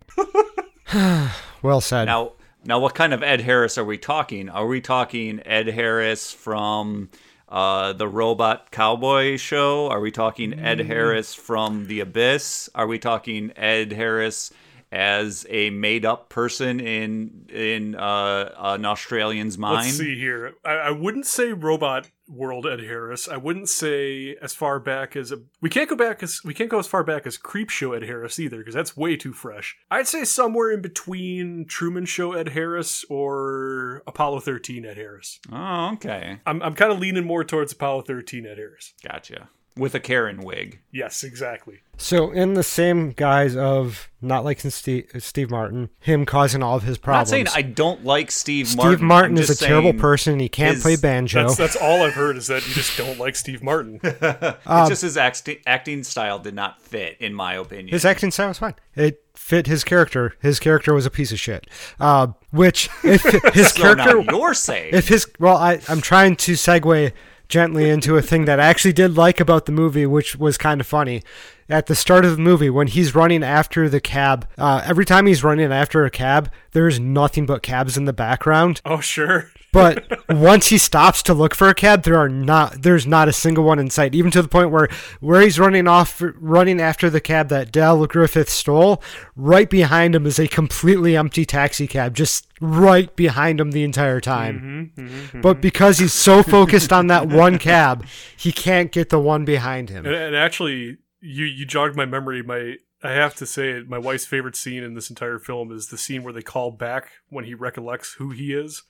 [SPEAKER 3] Well said.
[SPEAKER 1] Now, now, what kind of Ed Harris are we talking? Are we talking Ed Harris from uh, the Robot Cowboy show? Are we talking Ed
[SPEAKER 3] Mm.
[SPEAKER 1] Harris from The Abyss? Are we talking Ed Harris as a made-up person in in uh, an Australian's mind?
[SPEAKER 4] Let's see here. I, I wouldn't say robot world Ed Harris. I wouldn't say as far back as a, we can't go back as we can't go as far back as Creep Show Ed Harris either because that's way too fresh. I'd say somewhere in between Truman Show Ed Harris or Apollo 13 Ed Harris.
[SPEAKER 1] Oh, okay,
[SPEAKER 4] I'm I'm kind of leaning more towards Apollo 13 Ed Harris.
[SPEAKER 1] gotcha. With a Karen wig.
[SPEAKER 4] Yes, exactly.
[SPEAKER 3] So in the same guise of not liking Steve, Steve Martin, him causing all of his
[SPEAKER 1] I'm not
[SPEAKER 3] problems.
[SPEAKER 1] saying I don't like Steve Martin.
[SPEAKER 3] Steve Martin
[SPEAKER 1] I'm
[SPEAKER 3] is a
[SPEAKER 1] just
[SPEAKER 3] terrible
[SPEAKER 1] saying
[SPEAKER 3] person. and He can't
[SPEAKER 1] his-
[SPEAKER 3] play banjo.
[SPEAKER 4] That's that's all I've heard is that you just don't like Steve Martin.
[SPEAKER 3] Uh,
[SPEAKER 1] It's just his acti- acting style did not fit, in my opinion.
[SPEAKER 3] his acting style was fine. It fit his character. His character was a piece of shit. Uh, which if his
[SPEAKER 1] so now
[SPEAKER 3] character,
[SPEAKER 1] you're saying
[SPEAKER 3] if his well, I I'm trying to segue gently into a thing that I actually did like about the movie, which was kind of funny. At the start of the movie, when he's running after the cab, uh, every time he's running after a cab, there's nothing but cabs in the background.
[SPEAKER 4] oh sure.
[SPEAKER 3] But once he stops to look for a cab, there are not there's not a single one in sight. Even to the point where where he's running off running after the cab that Dell Griffith stole, right behind him is a completely empty taxi cab, just right behind him the entire
[SPEAKER 4] Mm-hmm,
[SPEAKER 3] time. But because he's so focused on that one cab, he can't get the one behind him.
[SPEAKER 4] And, and actually, you you jogged my memory. My I have to say it. My wife's favorite scene in this entire film is the scene where they call back when he recollects who he is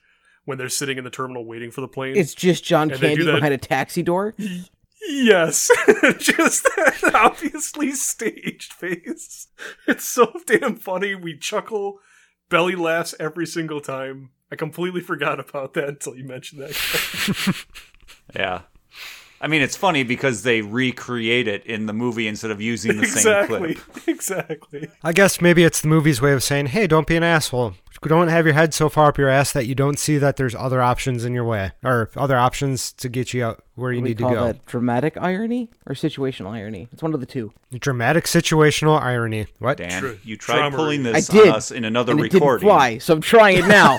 [SPEAKER 4] when they're sitting in the terminal waiting for the plane.
[SPEAKER 2] It's just John
[SPEAKER 4] And they do
[SPEAKER 2] Candy
[SPEAKER 4] that-
[SPEAKER 2] behind a taxi door.
[SPEAKER 4] yes, just that obviously staged face. It's so damn funny. We chuckle, belly laughs every single time. I completely forgot about that until you mentioned that.
[SPEAKER 1] Yeah. I mean, it's funny because they recreate it in the movie instead of using the same
[SPEAKER 4] exactly,
[SPEAKER 1] clip.
[SPEAKER 4] exactly.
[SPEAKER 3] I guess maybe it's the movie's way of saying, "Hey, don't be an asshole." don't have your head so far up your ass that you don't see that there's other options in your way or other options to get you out where you
[SPEAKER 2] we
[SPEAKER 3] need to
[SPEAKER 2] call
[SPEAKER 3] go.
[SPEAKER 2] that dramatic irony or situational irony. It's one of the two.
[SPEAKER 3] Dramatic situational irony. What?
[SPEAKER 1] Dan,
[SPEAKER 4] True.
[SPEAKER 1] you tried
[SPEAKER 4] Trauma
[SPEAKER 1] pulling
[SPEAKER 2] I
[SPEAKER 1] this
[SPEAKER 2] did.
[SPEAKER 1] on us in another
[SPEAKER 2] and it
[SPEAKER 1] recording.
[SPEAKER 2] didn't fly, so I'm trying it now.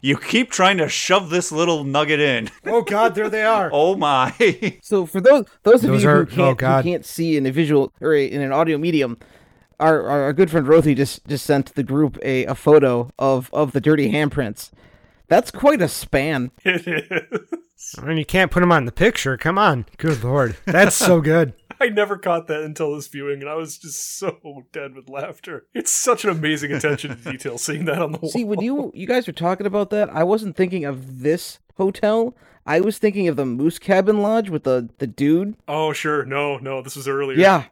[SPEAKER 1] You keep trying to shove this little nugget in.
[SPEAKER 3] Oh God, there they are.
[SPEAKER 1] Oh my.
[SPEAKER 2] so for those those of
[SPEAKER 3] Those
[SPEAKER 2] you
[SPEAKER 3] are-
[SPEAKER 2] who
[SPEAKER 3] oh,
[SPEAKER 2] can't, who
[SPEAKER 3] God.
[SPEAKER 2] can't see in a visual or in an audio medium, our our, our good friend Rothy just just sent the group a, a photo of of the dirty handprints. That's quite a span.
[SPEAKER 3] And you can't put them on the picture. Come on. Good lord, that's so good.
[SPEAKER 4] I never caught that until this viewing, and I was just so dead with laughter. It's such an amazing attention to detail seeing that on the wall.
[SPEAKER 2] See, when you you guys were talking about that, I wasn't thinking of this hotel. I was thinking of the Moose Cabin Lodge with the the dude.
[SPEAKER 4] oh, sure. No, no, this was earlier.
[SPEAKER 2] Yeah,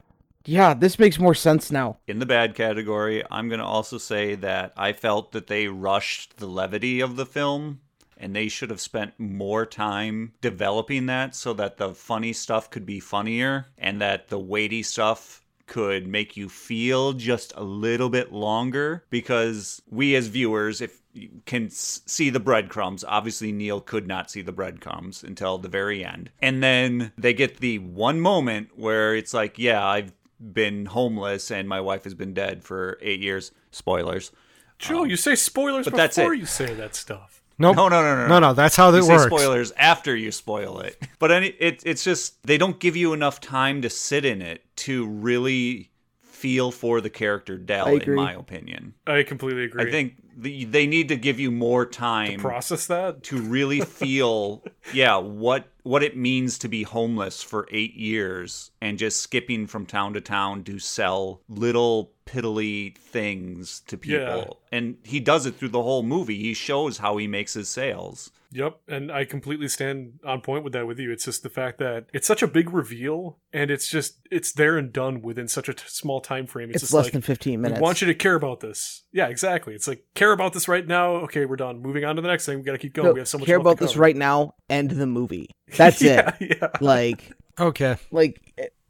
[SPEAKER 2] yeah. This makes more sense now.
[SPEAKER 1] In the bad category, I'm going to also say that I felt that they rushed the levity of the film and they should have spent more time developing that so that the funny stuff could be funnier and that the weighty stuff could make you feel just a little bit longer because we as viewers if you can s- see the breadcrumbs obviously Neil could not see the breadcrumbs until the very end and then they get the one moment where it's like yeah I've been homeless and my wife has been dead for eight years. Spoilers.
[SPEAKER 4] Joe, you say spoilers
[SPEAKER 1] but
[SPEAKER 4] before
[SPEAKER 1] that's it.
[SPEAKER 4] you say that stuff.
[SPEAKER 3] Nope.
[SPEAKER 1] No, no, no, no,
[SPEAKER 3] no, no. That's how that
[SPEAKER 1] You say
[SPEAKER 3] works.
[SPEAKER 1] spoilers after you spoil it, but any, it, it's just they don't give you enough time to sit in it to really feel for the character Dell.
[SPEAKER 2] I
[SPEAKER 1] In
[SPEAKER 2] agree.
[SPEAKER 1] my opinion,
[SPEAKER 4] I completely agree.
[SPEAKER 1] I think the, they need to give you more time
[SPEAKER 4] process that.
[SPEAKER 1] to really feel yeah what what it means to be homeless for 8 years and just skipping from town to town to sell little piddly things to people
[SPEAKER 4] Yeah.
[SPEAKER 1] and he does it through the whole movie he shows how he makes his sales
[SPEAKER 4] Yep, and I completely stand on point with that with you. It's just the fact that it's such a big reveal, and it's just it's there and done within such a t- small time frame. It's,
[SPEAKER 2] It's
[SPEAKER 4] just
[SPEAKER 2] less
[SPEAKER 4] like,
[SPEAKER 2] than 15
[SPEAKER 4] We
[SPEAKER 2] minutes.
[SPEAKER 4] want you to care about this. Yeah, exactly. It's like care about this right now. Okay, we're done. Moving on to the next thing. We got to keep going.
[SPEAKER 2] No,
[SPEAKER 4] we have so much.
[SPEAKER 2] care
[SPEAKER 4] left to
[SPEAKER 2] about this
[SPEAKER 4] cover.
[SPEAKER 2] right now. End the movie. That's it.
[SPEAKER 4] yeah, Yeah.
[SPEAKER 2] Like
[SPEAKER 3] Okay.
[SPEAKER 2] like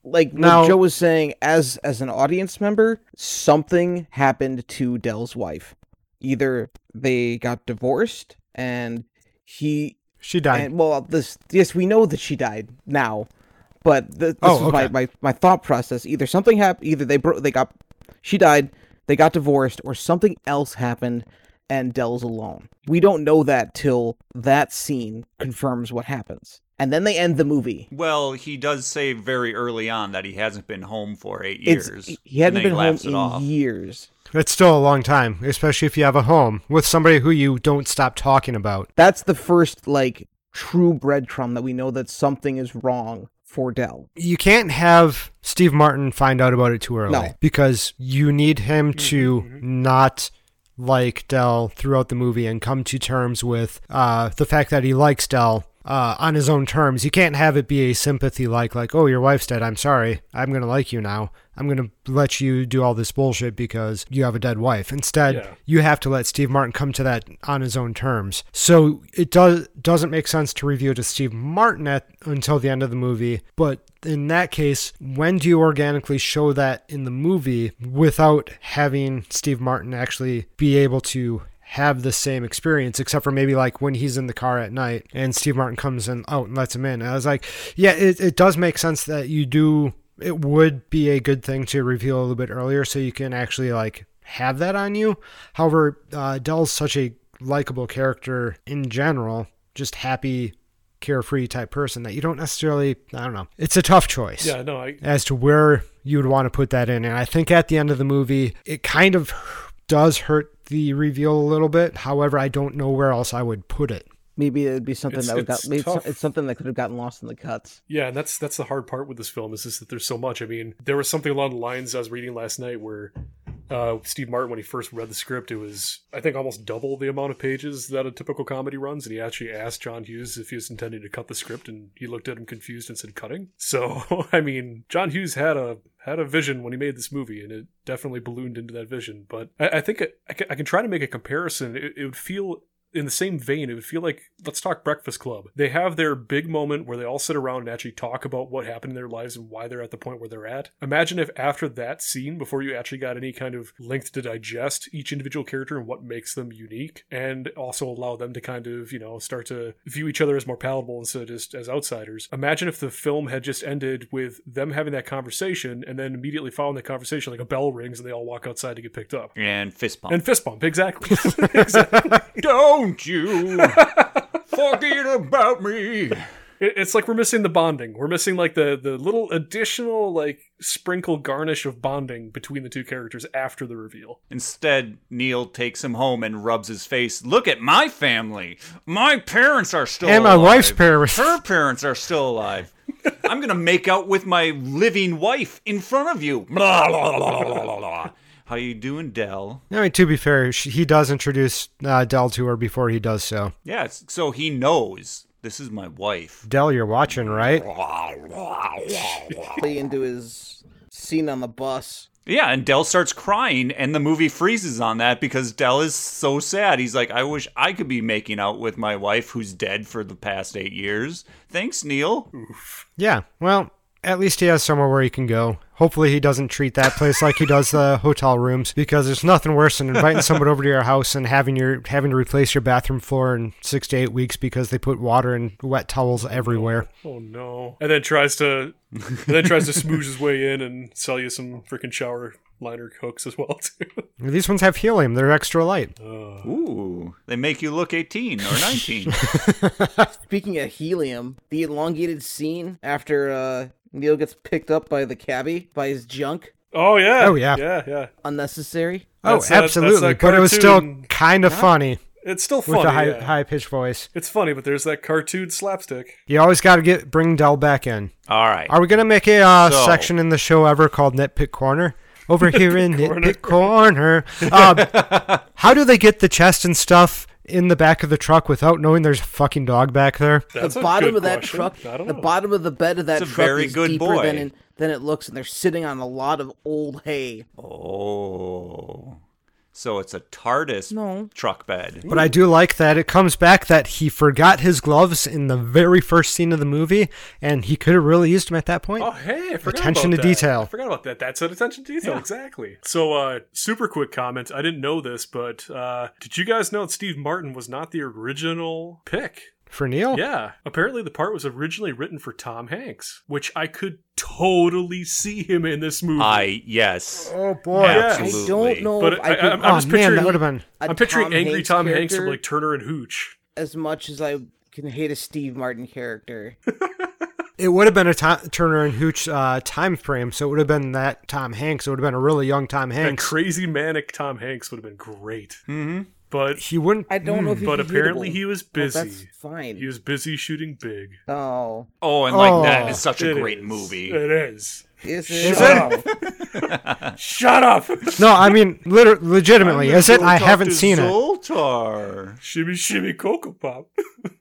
[SPEAKER 2] like
[SPEAKER 3] Now-
[SPEAKER 2] what Joe was saying as as an audience member, something happened to Dell's wife. Either they got divorced and he
[SPEAKER 3] She died.
[SPEAKER 2] and well this yes we know that she died now, but th- this
[SPEAKER 3] Oh,
[SPEAKER 2] was my,
[SPEAKER 3] okay.
[SPEAKER 2] my my thought process. Either something happened. Either they broke. They got she died. They got divorced, or something else happened, and Dell's alone. We don't know that till that scene confirms what happens, and then they end the movie.
[SPEAKER 1] well he does say very early on that he hasn't been home for 8
[SPEAKER 2] It's-
[SPEAKER 1] years
[SPEAKER 2] he
[SPEAKER 1] and
[SPEAKER 2] hadn't
[SPEAKER 1] then
[SPEAKER 2] been
[SPEAKER 1] he
[SPEAKER 2] home
[SPEAKER 1] laughs it
[SPEAKER 2] in
[SPEAKER 1] off
[SPEAKER 2] years.
[SPEAKER 3] That's still a long time, especially if you have a home with somebody who you don't stop talking about.
[SPEAKER 2] That's the first like true breadcrumb that we know that something is wrong for Dell.
[SPEAKER 3] You can't have Steve Martin find out about it too early
[SPEAKER 2] No.
[SPEAKER 3] because you need him to
[SPEAKER 1] Mm-hmm.
[SPEAKER 3] not like Dell throughout the movie and come to terms with uh, the fact that he likes Dell. Uh, on his own terms, you can't have it be a sympathy like, like, oh, your wife's dead. I'm sorry. I'm gonna like you now. I'm gonna let you do all this bullshit because you have a dead wife. Instead,
[SPEAKER 4] Yeah.
[SPEAKER 3] you have to let Steve Martin come to that on his own terms. So it does doesn't make sense to review to Steve Martin at, until the end of the movie, but in that case, when do you organically show that in the movie without having Steve Martin actually be able to have the same experience except for maybe like when he's in the car at night and Steve Martin comes in out and lets him in. And I was like, yeah, it, it does make sense that you do it would be a good thing to reveal a little bit earlier so you can actually like have that on you. However, uh, Dell's such a likable character in general, just happy, carefree type person that you don't necessarily, I don't know. It's a tough choice
[SPEAKER 4] Yeah. No. I,
[SPEAKER 3] as to where you would want to put that in. And I think at the end of the movie, it kind of does hurt the reveal a little bit. However, I don't know where else I would put it.
[SPEAKER 2] Maybe it'd be something
[SPEAKER 4] It's-
[SPEAKER 2] that would got,
[SPEAKER 4] it's
[SPEAKER 2] maybe it's,
[SPEAKER 4] tough.
[SPEAKER 2] it's something that could have gotten lost in the cuts.
[SPEAKER 4] yeah, and that's that's the hard part with this film is just that there's so much. I mean, there was something along the lines I was reading last night where uh, Steve Martin, when he first read the script, it was I think almost double the amount of pages that a typical comedy runs, and he actually asked John Hughes if he was intending to cut the script, and he looked at him confused and said, "Cutting." So I mean, John Hughes had a had a vision when he made this movie, and it definitely ballooned into that vision. But I, I think I, I, can, I can try to make a comparison. It, it would feel in the same vein, it would feel like let's talk Breakfast Club. They have their big moment where they all sit around and actually talk about what happened in their lives and why they're at the point where they're at. Imagine if after that scene, before you actually got any kind of length to digest each individual character and what makes them unique, and also allow them to kind of, you know, start to view each other as more palatable instead of just as outsiders. Imagine if the film had just ended with them having that conversation and then immediately following the conversation, like a bell rings and they all walk outside to get picked up.
[SPEAKER 1] And fist pump.
[SPEAKER 4] And fist bump, exactly. exactly.
[SPEAKER 1] Don't you forget about me.
[SPEAKER 4] It- It's like we're missing the bonding. We're missing like the the little additional like sprinkle garnish of bonding between the two characters after the reveal.
[SPEAKER 1] Instead, Neil takes him home and rubs his face. Look at my family. My parents are still
[SPEAKER 3] And my
[SPEAKER 1] alive.
[SPEAKER 3] wife's parents.
[SPEAKER 1] Her parents are still alive. I'm gonna make out with my living wife in front of you. Blah, blah, blah, blah, blah, blah. How you doing, Dell?
[SPEAKER 3] I mean, to be fair, she, he does introduce uh, Dell to her before he does so.
[SPEAKER 1] Yeah, it's- so he knows this is my wife.
[SPEAKER 3] Dell, you're watching, right?
[SPEAKER 2] into his scene on the bus.
[SPEAKER 1] Yeah, and Dell starts crying, and the movie freezes on that because Dell is so sad. He's like, I wish I could be making out with my wife who's dead for the past eight years. Thanks, Neil.
[SPEAKER 3] Yeah. Well, at least he has somewhere where he can go. Hopefully, he doesn't treat that place like he does the hotel rooms because there's nothing worse than inviting someone over to your house and having your having to replace your bathroom floor in six to eight weeks because they put water and wet towels everywhere.
[SPEAKER 4] Oh no! And then tries to and then tries to smooze his way in and sell you some freaking shower liner hooks as well too.
[SPEAKER 3] These ones have helium; they're extra light.
[SPEAKER 1] Ooh, they make you look 18 or 19.
[SPEAKER 2] Speaking of helium, the elongated scene after uh, Neil gets picked up by the cabbie by his junk
[SPEAKER 4] Oh yeah!
[SPEAKER 3] Oh, yeah.
[SPEAKER 4] Yeah yeah.
[SPEAKER 2] unnecessary.
[SPEAKER 3] Oh,
[SPEAKER 4] That's that- that's
[SPEAKER 3] absolutely!
[SPEAKER 4] that
[SPEAKER 3] but it was still
[SPEAKER 4] cartoon-
[SPEAKER 3] kind of funny
[SPEAKER 4] It's still
[SPEAKER 3] with
[SPEAKER 4] funny.
[SPEAKER 3] the high
[SPEAKER 4] yeah.
[SPEAKER 3] high pitched voice.
[SPEAKER 4] It's funny, but there's that cartoon slapstick.
[SPEAKER 3] You always got to get bring Dell back in.
[SPEAKER 1] All right.
[SPEAKER 3] Are we gonna make a uh,
[SPEAKER 1] So-
[SPEAKER 3] section in the show ever called Nitpick Corner? Over here in Nitpick Corner. Uh, how do they get the chest and stuff in the back of the truck without knowing there's a fucking dog back there?
[SPEAKER 4] That's
[SPEAKER 2] the
[SPEAKER 4] a
[SPEAKER 2] bottom
[SPEAKER 4] good
[SPEAKER 2] of that
[SPEAKER 4] question.
[SPEAKER 2] truck,
[SPEAKER 4] I don't
[SPEAKER 2] the
[SPEAKER 4] know.
[SPEAKER 2] bottom of the bed of that
[SPEAKER 1] It's a
[SPEAKER 2] truck
[SPEAKER 1] very
[SPEAKER 2] is
[SPEAKER 1] good
[SPEAKER 2] deeper
[SPEAKER 1] boy.
[SPEAKER 2] than it, than it looks, and they're sitting on a lot of old hay.
[SPEAKER 1] Oh. So it's a TARDIS
[SPEAKER 2] No.
[SPEAKER 1] truck bed.
[SPEAKER 3] But I do like that it comes back that he forgot his gloves in the very first scene of the movie, and he could have really used them at that point.
[SPEAKER 4] Oh, hey, I forgot
[SPEAKER 3] Attention
[SPEAKER 4] about
[SPEAKER 3] to
[SPEAKER 4] that.
[SPEAKER 3] detail.
[SPEAKER 4] I forgot about that. That's an attention to detail, exactly. So, uh, super quick comment. I didn't know this, but uh, did you guys know that Steve Martin was not the original pick?
[SPEAKER 3] For
[SPEAKER 2] Oh.
[SPEAKER 3] Neil?
[SPEAKER 4] Yeah, apparently the part was originally written for Tom Hanks, which I could totally see him in this movie.
[SPEAKER 1] I, yes.
[SPEAKER 3] Oh boy.
[SPEAKER 1] Yeah.
[SPEAKER 2] I
[SPEAKER 1] Absolutely.
[SPEAKER 2] don't know
[SPEAKER 4] But
[SPEAKER 2] if
[SPEAKER 4] I-
[SPEAKER 2] I,
[SPEAKER 4] I-
[SPEAKER 2] could
[SPEAKER 4] I'm-
[SPEAKER 3] Oh
[SPEAKER 4] just
[SPEAKER 3] man,
[SPEAKER 4] picturing-
[SPEAKER 3] that would have been.
[SPEAKER 2] a
[SPEAKER 4] I'm picturing
[SPEAKER 2] Tom
[SPEAKER 4] angry
[SPEAKER 2] Hanks
[SPEAKER 4] Tom Hanks from
[SPEAKER 2] character
[SPEAKER 4] like Turner and Hooch.
[SPEAKER 2] as much as I can hate a Steve Martin character.
[SPEAKER 3] It would have been a Tom, Turner and Hooch uh, time frame, so it would have been that Tom Hanks. It would have been a really young Tom
[SPEAKER 4] That
[SPEAKER 3] Hanks.
[SPEAKER 4] crazy manic Tom Hanks would have been great. Mm-hmm. But
[SPEAKER 3] he wouldn't.
[SPEAKER 2] I don't know if, he'd
[SPEAKER 4] Hmm, but
[SPEAKER 2] be
[SPEAKER 4] apparently
[SPEAKER 2] hateable.
[SPEAKER 4] he was
[SPEAKER 2] Well, that's
[SPEAKER 4] busy.
[SPEAKER 2] fine.
[SPEAKER 4] he was busy shooting big.
[SPEAKER 2] Oh,
[SPEAKER 1] Oh, and like
[SPEAKER 3] Oh.
[SPEAKER 1] that is such a
[SPEAKER 4] It
[SPEAKER 1] great
[SPEAKER 4] is.
[SPEAKER 1] movie.
[SPEAKER 4] It is.
[SPEAKER 2] is
[SPEAKER 3] Is
[SPEAKER 2] it? Oh,
[SPEAKER 3] it?
[SPEAKER 4] Shut up!
[SPEAKER 3] No, I mean, liter- legitimately, is it? I haven't seen it.
[SPEAKER 1] Zoltar.
[SPEAKER 4] shimmy, shimmy, Cocoa Pop.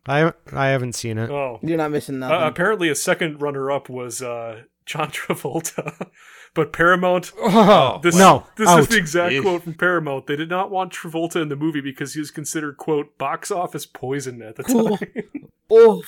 [SPEAKER 3] I I haven't seen it.
[SPEAKER 4] Oh.
[SPEAKER 2] You're not missing nothing.
[SPEAKER 4] Uh, apparently, a second runner up was uh, John Travolta. but Paramount.
[SPEAKER 3] Oh,
[SPEAKER 4] This,
[SPEAKER 3] no,
[SPEAKER 4] This is
[SPEAKER 3] out.
[SPEAKER 4] the exact
[SPEAKER 1] Ew.
[SPEAKER 4] quote from Paramount. They did not want Travolta in the movie because he was considered, quote, box office poison at the
[SPEAKER 2] Ooh.
[SPEAKER 4] time.
[SPEAKER 2] oh,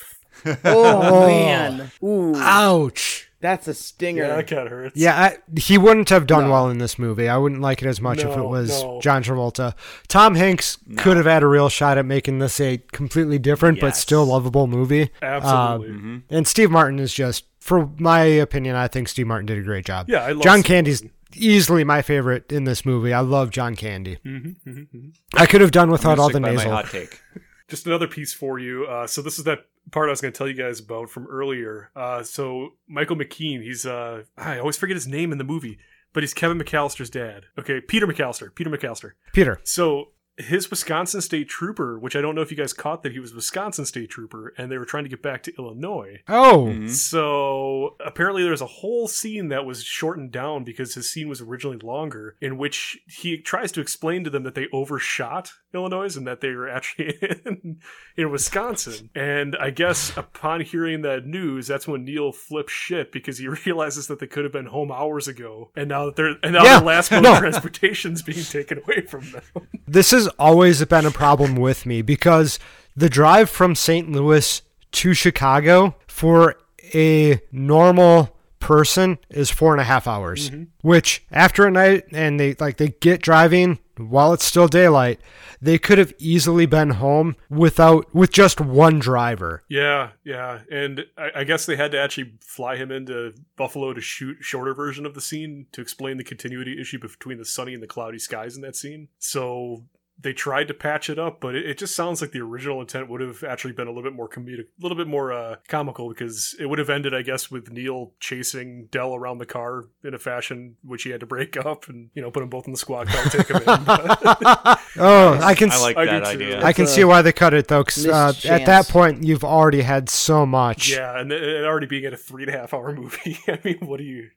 [SPEAKER 2] oh man, ooh,
[SPEAKER 3] ouch.
[SPEAKER 2] that's a stinger.
[SPEAKER 4] yeah, that kind of hurts.
[SPEAKER 3] Yeah, I, he wouldn't have done well in this movie. I wouldn't like it as much if it
[SPEAKER 4] No,
[SPEAKER 3] was
[SPEAKER 4] no.
[SPEAKER 3] John Travolta. Tom Hanks could have had a real shot at making this a completely different but
[SPEAKER 1] Yes.
[SPEAKER 3] still lovable movie. Uh,
[SPEAKER 4] Absolutely.
[SPEAKER 3] And Steve Martin is just, for my opinion, I think Steve Martin did a great job.
[SPEAKER 4] Yeah, I love
[SPEAKER 3] John
[SPEAKER 4] Steve
[SPEAKER 3] Candy's easily my favorite in this movie. I love John Candy.
[SPEAKER 4] Mm-hmm,
[SPEAKER 3] I could have done without all the
[SPEAKER 1] Music by my
[SPEAKER 3] nasal.
[SPEAKER 1] hot take.
[SPEAKER 4] just another piece for you. Uh, so this is that part I was going to tell you guys about from earlier. Uh, so Michael McKean, he's uh, I always forget his name in the movie, but he's Kevin McAllister's dad. Okay, Peter McAllister. Peter McAllister.
[SPEAKER 3] Peter.
[SPEAKER 4] So his Wisconsin State Trooper, which I don't know if you guys caught that he was Wisconsin State Trooper, and they were trying to get back to Illinois.
[SPEAKER 3] Oh,
[SPEAKER 4] So apparently, there's a whole scene that was shortened down because his scene was originally longer, in which he tries to explain to them that they overshot Illinois and that they were actually in, in Wisconsin. And I guess upon hearing that news, that's when Neil flips shit because he realizes that they could have been home hours ago, and now that they're and now
[SPEAKER 3] Yeah,
[SPEAKER 4] their last mode
[SPEAKER 3] no.
[SPEAKER 4] of transportation's being taken away from them.
[SPEAKER 3] This is has always been a problem with me because the drive from St. Louis to Chicago for a normal person is four and a half hours,
[SPEAKER 2] Mm-hmm.
[SPEAKER 3] which after a night and they like they get driving while it's still daylight, they could have easily been home without with just one driver.
[SPEAKER 4] Yeah, yeah, and I, I guess they had to actually fly him into Buffalo to shoot shorter version of the scene to explain the continuity issue between the sunny and the cloudy skies in that scene. So they tried to patch it up, but it, it just sounds like the original intent would have actually been a little bit more comedic, a little bit more uh, comical, because it would have ended, I guess, with Neil chasing Dell around the car in a fashion which he had to break up and you know put them both in the squad car, take them in.
[SPEAKER 3] Oh, I can
[SPEAKER 1] I like
[SPEAKER 4] I do
[SPEAKER 1] that
[SPEAKER 4] too.
[SPEAKER 1] idea.
[SPEAKER 3] I can
[SPEAKER 2] It's a
[SPEAKER 3] see why they cut it though, 'cause,
[SPEAKER 2] missed
[SPEAKER 3] uh, at that
[SPEAKER 2] chance.
[SPEAKER 3] point you've already had so much.
[SPEAKER 4] Yeah, and it already being at a three and a half hour movie. I mean, what do you,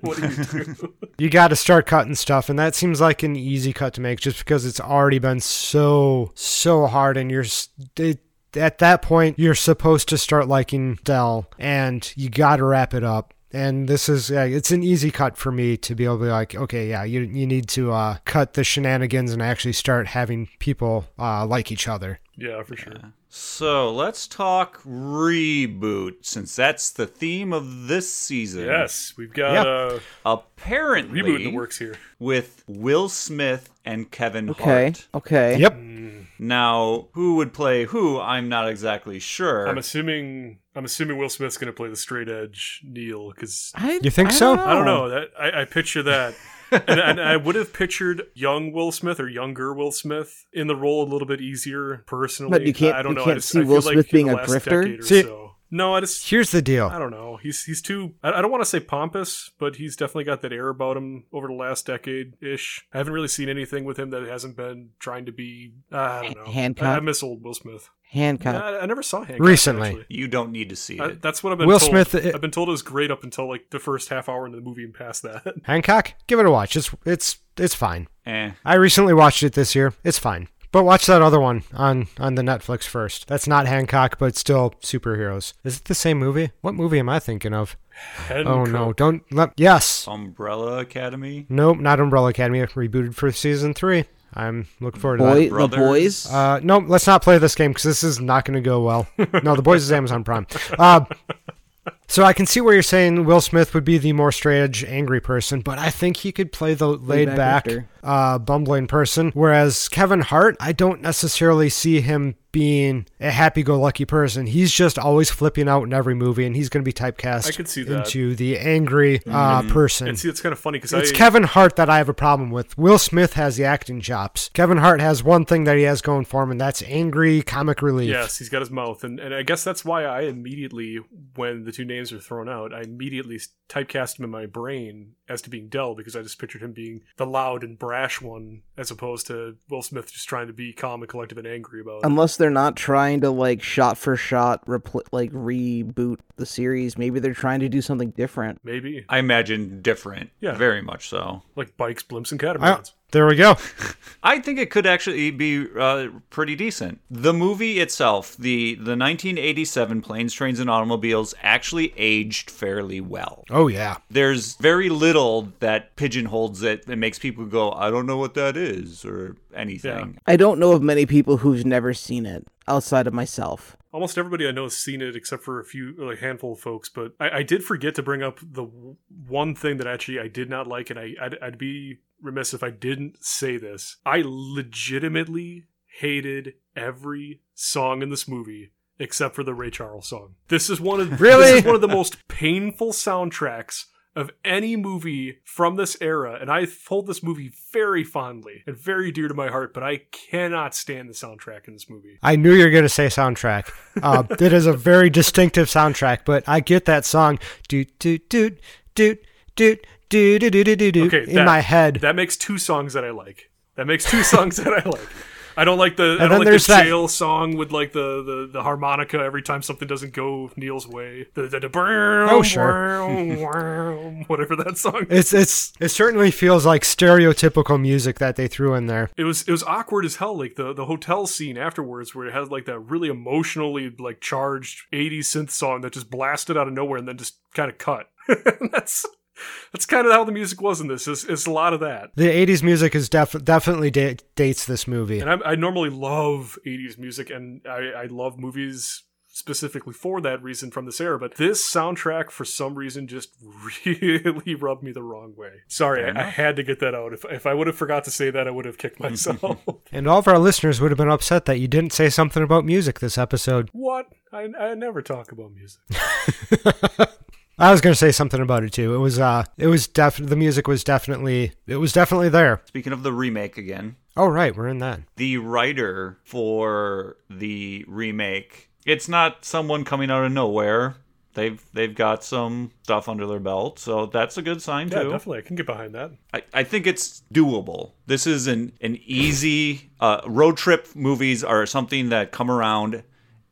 [SPEAKER 4] what do you do?
[SPEAKER 3] You got to start cutting stuff, and that seems like an easy cut to make, just because it's already been so so hard, and you're s- it, at that point you're supposed to start liking Dell, and you got to wrap it up. And this is yeah, it's an easy cut for me to be able to be like, okay, yeah, you you need to uh, cut the shenanigans and actually start having people uh, like each other.
[SPEAKER 4] yeah, for sure.
[SPEAKER 1] So let's talk reboot, since that's the theme of this season.
[SPEAKER 4] Yes, we've got
[SPEAKER 3] Yeah.
[SPEAKER 4] uh,
[SPEAKER 1] Apparently,
[SPEAKER 4] reboot in the works here.
[SPEAKER 1] with Will Smith and Kevin
[SPEAKER 2] Okay.
[SPEAKER 1] Hart.
[SPEAKER 4] Eh.
[SPEAKER 2] Okay.
[SPEAKER 3] Yep.
[SPEAKER 1] Now, who would play who? I'm not exactly sure.
[SPEAKER 4] I'm assuming I'm assuming Will Smith's gonna play the straight edge Neil because
[SPEAKER 2] I,
[SPEAKER 3] You think
[SPEAKER 2] I
[SPEAKER 3] so?
[SPEAKER 2] Don't
[SPEAKER 4] I don't know that I, I picture that. and, and I would have pictured young Will Smith or younger Will Smith in the role a little bit easier personally.
[SPEAKER 2] But you can't-
[SPEAKER 4] I don't
[SPEAKER 2] you
[SPEAKER 4] know. I
[SPEAKER 2] can't
[SPEAKER 4] just,
[SPEAKER 2] see
[SPEAKER 4] I feel
[SPEAKER 2] Will
[SPEAKER 4] like
[SPEAKER 2] Smith
[SPEAKER 4] in
[SPEAKER 2] being
[SPEAKER 4] the
[SPEAKER 2] a
[SPEAKER 4] last
[SPEAKER 2] grifter?
[SPEAKER 4] decade or
[SPEAKER 3] See-
[SPEAKER 4] so. No, I just
[SPEAKER 3] Here's the deal.
[SPEAKER 4] I don't know. He's he's too. I, I don't want to say pompous, but he's definitely got that air about him over the last decade ish. I haven't really seen anything with him that hasn't been trying to be. Uh, I don't know.
[SPEAKER 2] Hancock?
[SPEAKER 4] I, I miss old Will Smith.
[SPEAKER 2] Hancock.
[SPEAKER 4] I, I never saw Hancock
[SPEAKER 3] Recently.
[SPEAKER 4] actually.
[SPEAKER 1] you don't need to see
[SPEAKER 4] I,
[SPEAKER 1] it.
[SPEAKER 4] that's what I've been.
[SPEAKER 3] Will
[SPEAKER 4] told.
[SPEAKER 3] Smith, it-
[SPEAKER 4] I've been told it was great up until like the first half hour into the movie and past that.
[SPEAKER 3] Hancock, give it a watch. It's it's it's fine.
[SPEAKER 1] Eh.
[SPEAKER 3] I recently watched it this year. It's fine. But watch that other one on on the Netflix first. That's not Hancock, but still superheroes. Is it the same movie? What movie am I thinking of? Oh no,
[SPEAKER 4] Hancock.
[SPEAKER 3] don't let Yes.
[SPEAKER 1] Umbrella Academy.
[SPEAKER 3] Nope, not Umbrella Academy rebooted for season 3. I'm looking forward to
[SPEAKER 2] Boy,
[SPEAKER 3] that.
[SPEAKER 2] the
[SPEAKER 1] Brothers.
[SPEAKER 2] boys.
[SPEAKER 3] Uh, no, let's not play this game because this is not going to go well. No, The Boys is Amazon Prime. Uh, so I can see where you're saying Will Smith would be the more straight edge, angry person, but I think he could play the laid
[SPEAKER 2] back
[SPEAKER 3] back,
[SPEAKER 2] drifter.
[SPEAKER 3] uh, bumbling person. Whereas Kevin Hart, I don't necessarily see him being a happy go lucky person. He's just always flipping out in every movie, and he's going to be typecast
[SPEAKER 4] I could see that. Mm-hmm.
[SPEAKER 3] into the angry uh, person.
[SPEAKER 4] And see, it's kind of funny because I.
[SPEAKER 3] It's Kevin Hart that I have a problem with. Will Smith has the acting chops. Kevin Hart has one thing that he has going for him, and that's angry comic relief.
[SPEAKER 4] Yes, he's got his mouth, and, and I guess that's why I immediately, when the two names are thrown out, I immediately s- typecast him in my brain as to being Dell because I just pictured him being the loud and brash one, as opposed to Will Smith just trying to be calm and collective and angry about it.
[SPEAKER 2] Unless they're not trying to like shot for shot repl- like reboot the series, maybe they're trying to do something different.
[SPEAKER 4] Maybe
[SPEAKER 1] I imagine different.
[SPEAKER 4] Yeah.
[SPEAKER 1] Very much so.
[SPEAKER 4] like bikes, blimps, and
[SPEAKER 3] I-
[SPEAKER 4] catamarans.
[SPEAKER 3] there we go.
[SPEAKER 1] I think it could actually be uh, pretty decent. The movie itself, the, the 1987 Planes, Trains, and Automobiles, actually aged fairly well.
[SPEAKER 3] Oh yeah.
[SPEAKER 1] There's very little that pigeonholes it and makes people go, I don't know what that is, or anything.
[SPEAKER 2] I don't know of many people who've never seen it outside of myself.
[SPEAKER 4] Almost everybody I know has seen it, except for a few, like handful of folks. But I, I did forget to bring up the w- one thing that actually I did not like, and I I'd, I'd be remiss if I didn't say this. I legitimately hated every song in this movie except for the Ray Charles song. This is one of
[SPEAKER 3] Really?
[SPEAKER 4] this is one of the most painful soundtracks of any movie from this era, and I hold this movie very fondly and very dear to my heart. But I cannot stand the soundtrack in this movie.
[SPEAKER 3] I knew you were going to say soundtrack. Uh, it is a very distinctive soundtrack, but I get that song. Doot doot doot doot doot doot doot doot doot doot
[SPEAKER 4] okay,
[SPEAKER 3] in
[SPEAKER 4] that-
[SPEAKER 3] my head.
[SPEAKER 4] That makes two songs that I like. That makes two songs that I like. I don't like the I
[SPEAKER 3] then
[SPEAKER 4] don't like
[SPEAKER 3] there's
[SPEAKER 4] the
[SPEAKER 3] that-
[SPEAKER 4] jail song with like the, the, the harmonica every time something doesn't go Neil's way. The, the, the oh
[SPEAKER 3] sure.
[SPEAKER 4] whatever that song.
[SPEAKER 3] it's
[SPEAKER 4] Is.
[SPEAKER 3] it's it certainly feels like stereotypical music that they threw in there.
[SPEAKER 4] It was it was awkward as hell. Like the, the hotel scene afterwards where it had like that really emotionally like charged '80s synth song that just blasted out of nowhere and then just kind of cut. That's That's kind of how the music was in this. It's, it's a lot of that.
[SPEAKER 3] The 80s music is def- definitely da- dates this movie.
[SPEAKER 4] And I'm, I normally love 80s music, and I, I love movies specifically for that reason from this era. But this soundtrack, for some reason, just really rubbed me the wrong way. Sorry, I, I had to get that out. If, if I would have forgot to say that, I would have kicked myself.
[SPEAKER 3] And all of our listeners would have been upset that you didn't say something about music this episode.
[SPEAKER 4] what? I, I never talk about music.
[SPEAKER 3] I was going to say something about it too. It was uh it was def the music was definitely it was definitely there.
[SPEAKER 1] Speaking of the remake again,
[SPEAKER 3] Oh right, we're in that.
[SPEAKER 1] the writer for the remake, it's not someone coming out of nowhere. They've they've got some stuff under their belt, so that's a good sign
[SPEAKER 4] Yeah,
[SPEAKER 1] too.
[SPEAKER 4] definitely. I can get behind that.
[SPEAKER 1] I, I think it's doable. This is an an easy uh, road trip. Movies are something that come around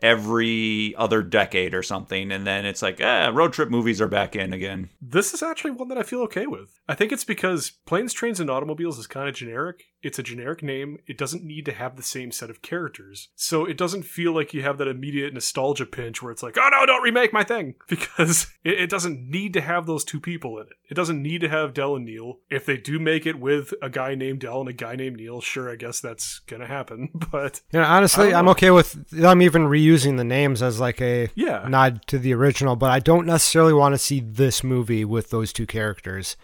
[SPEAKER 1] every other decade or something, and then it's like, eh, road trip movies are back in again.
[SPEAKER 4] This is actually one that I feel okay with. I think it's because Planes, Trains, and Automobiles is kind of generic. It's a generic name. It doesn't need to have the same set of characters. So it doesn't feel like you have that immediate nostalgia pinch where it's like, oh no, don't remake my thing. Because it, it doesn't need to have those two people in it. It doesn't need to have Dell and Neil. If they do make it with a guy named Dell and a guy named Neil, sure, I guess that's going to happen. But
[SPEAKER 3] You know, honestly,
[SPEAKER 4] don't
[SPEAKER 3] I'm
[SPEAKER 4] know.
[SPEAKER 3] okay with them even reusing the names as like a
[SPEAKER 4] Yeah.
[SPEAKER 3] nod to the original, but I don't necessarily want to see this movie with those two characters.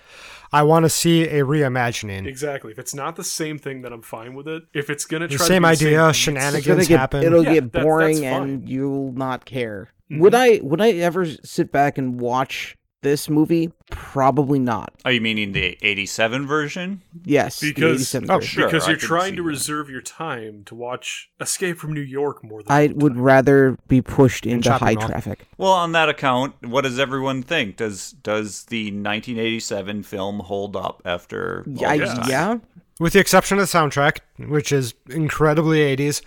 [SPEAKER 3] I want to see a reimagining.
[SPEAKER 4] exactly. If it's not the same thing, then I'm fine with it. If it's going to
[SPEAKER 3] The
[SPEAKER 4] try
[SPEAKER 3] same
[SPEAKER 4] to be
[SPEAKER 3] idea,
[SPEAKER 4] thing, it's-
[SPEAKER 3] shenanigans.
[SPEAKER 2] It's gonna get,
[SPEAKER 3] happen.
[SPEAKER 2] it'll
[SPEAKER 4] Yeah,
[SPEAKER 2] get
[SPEAKER 4] that-
[SPEAKER 2] boring
[SPEAKER 4] that's fine.
[SPEAKER 2] and you'll not care. Would I would I ever sit back and watch this movie? Probably not.
[SPEAKER 1] Are you meaning the '87 version?
[SPEAKER 2] Yes. the
[SPEAKER 4] because
[SPEAKER 2] 87
[SPEAKER 1] Oh,
[SPEAKER 2] version.
[SPEAKER 1] sure,
[SPEAKER 4] because
[SPEAKER 1] I
[SPEAKER 4] you're
[SPEAKER 1] can
[SPEAKER 4] trying
[SPEAKER 1] see
[SPEAKER 4] to
[SPEAKER 1] that.
[SPEAKER 4] reserve your time to watch Escape from New York more than
[SPEAKER 2] I
[SPEAKER 4] one
[SPEAKER 2] would
[SPEAKER 4] time.
[SPEAKER 2] rather be pushed into
[SPEAKER 3] chopping
[SPEAKER 2] high
[SPEAKER 3] mall.
[SPEAKER 2] traffic.
[SPEAKER 1] Well, on that account, what does everyone think? Does does the 1987 film hold up after? all
[SPEAKER 2] I,
[SPEAKER 1] this time?
[SPEAKER 2] yeah.
[SPEAKER 3] With the exception of the soundtrack, which is incredibly 80s,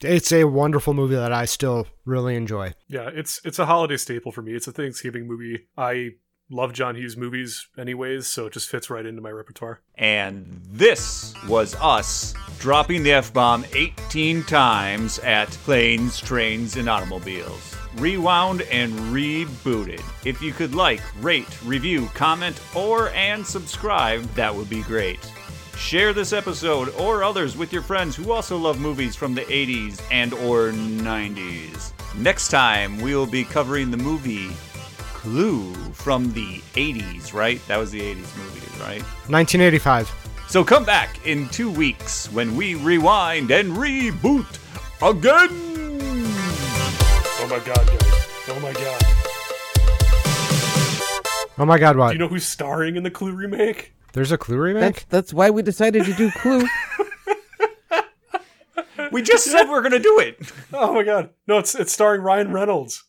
[SPEAKER 3] it's a wonderful movie that I still really enjoy.
[SPEAKER 4] Yeah, it's it's a holiday staple for me. It's a Thanksgiving movie. I love John Hughes movies anyways, so it just fits right into my repertoire.
[SPEAKER 1] And this was us dropping the F bomb 18 times at planes, trains, and automobiles. Rewound and rebooted. If you could like, rate, review, comment, or and subscribe, that would be great. Share this episode or others with your friends who also love movies from the 80s and or 90s. Next time we'll be covering the movie Clue from the 80s, right? That was the 80s movie, right?
[SPEAKER 3] 1985.
[SPEAKER 1] So come back in two weeks when we rewind and reboot again.
[SPEAKER 4] Oh my god, guys. Oh my god.
[SPEAKER 3] Oh my god, what?
[SPEAKER 4] Do you know who's starring in the Clue remake?
[SPEAKER 3] There's a Clue remake?
[SPEAKER 2] That's that's why we decided to do Clue.
[SPEAKER 1] We just said we're gonna do it.
[SPEAKER 4] Oh my god. No, it's it's starring Ryan Reynolds.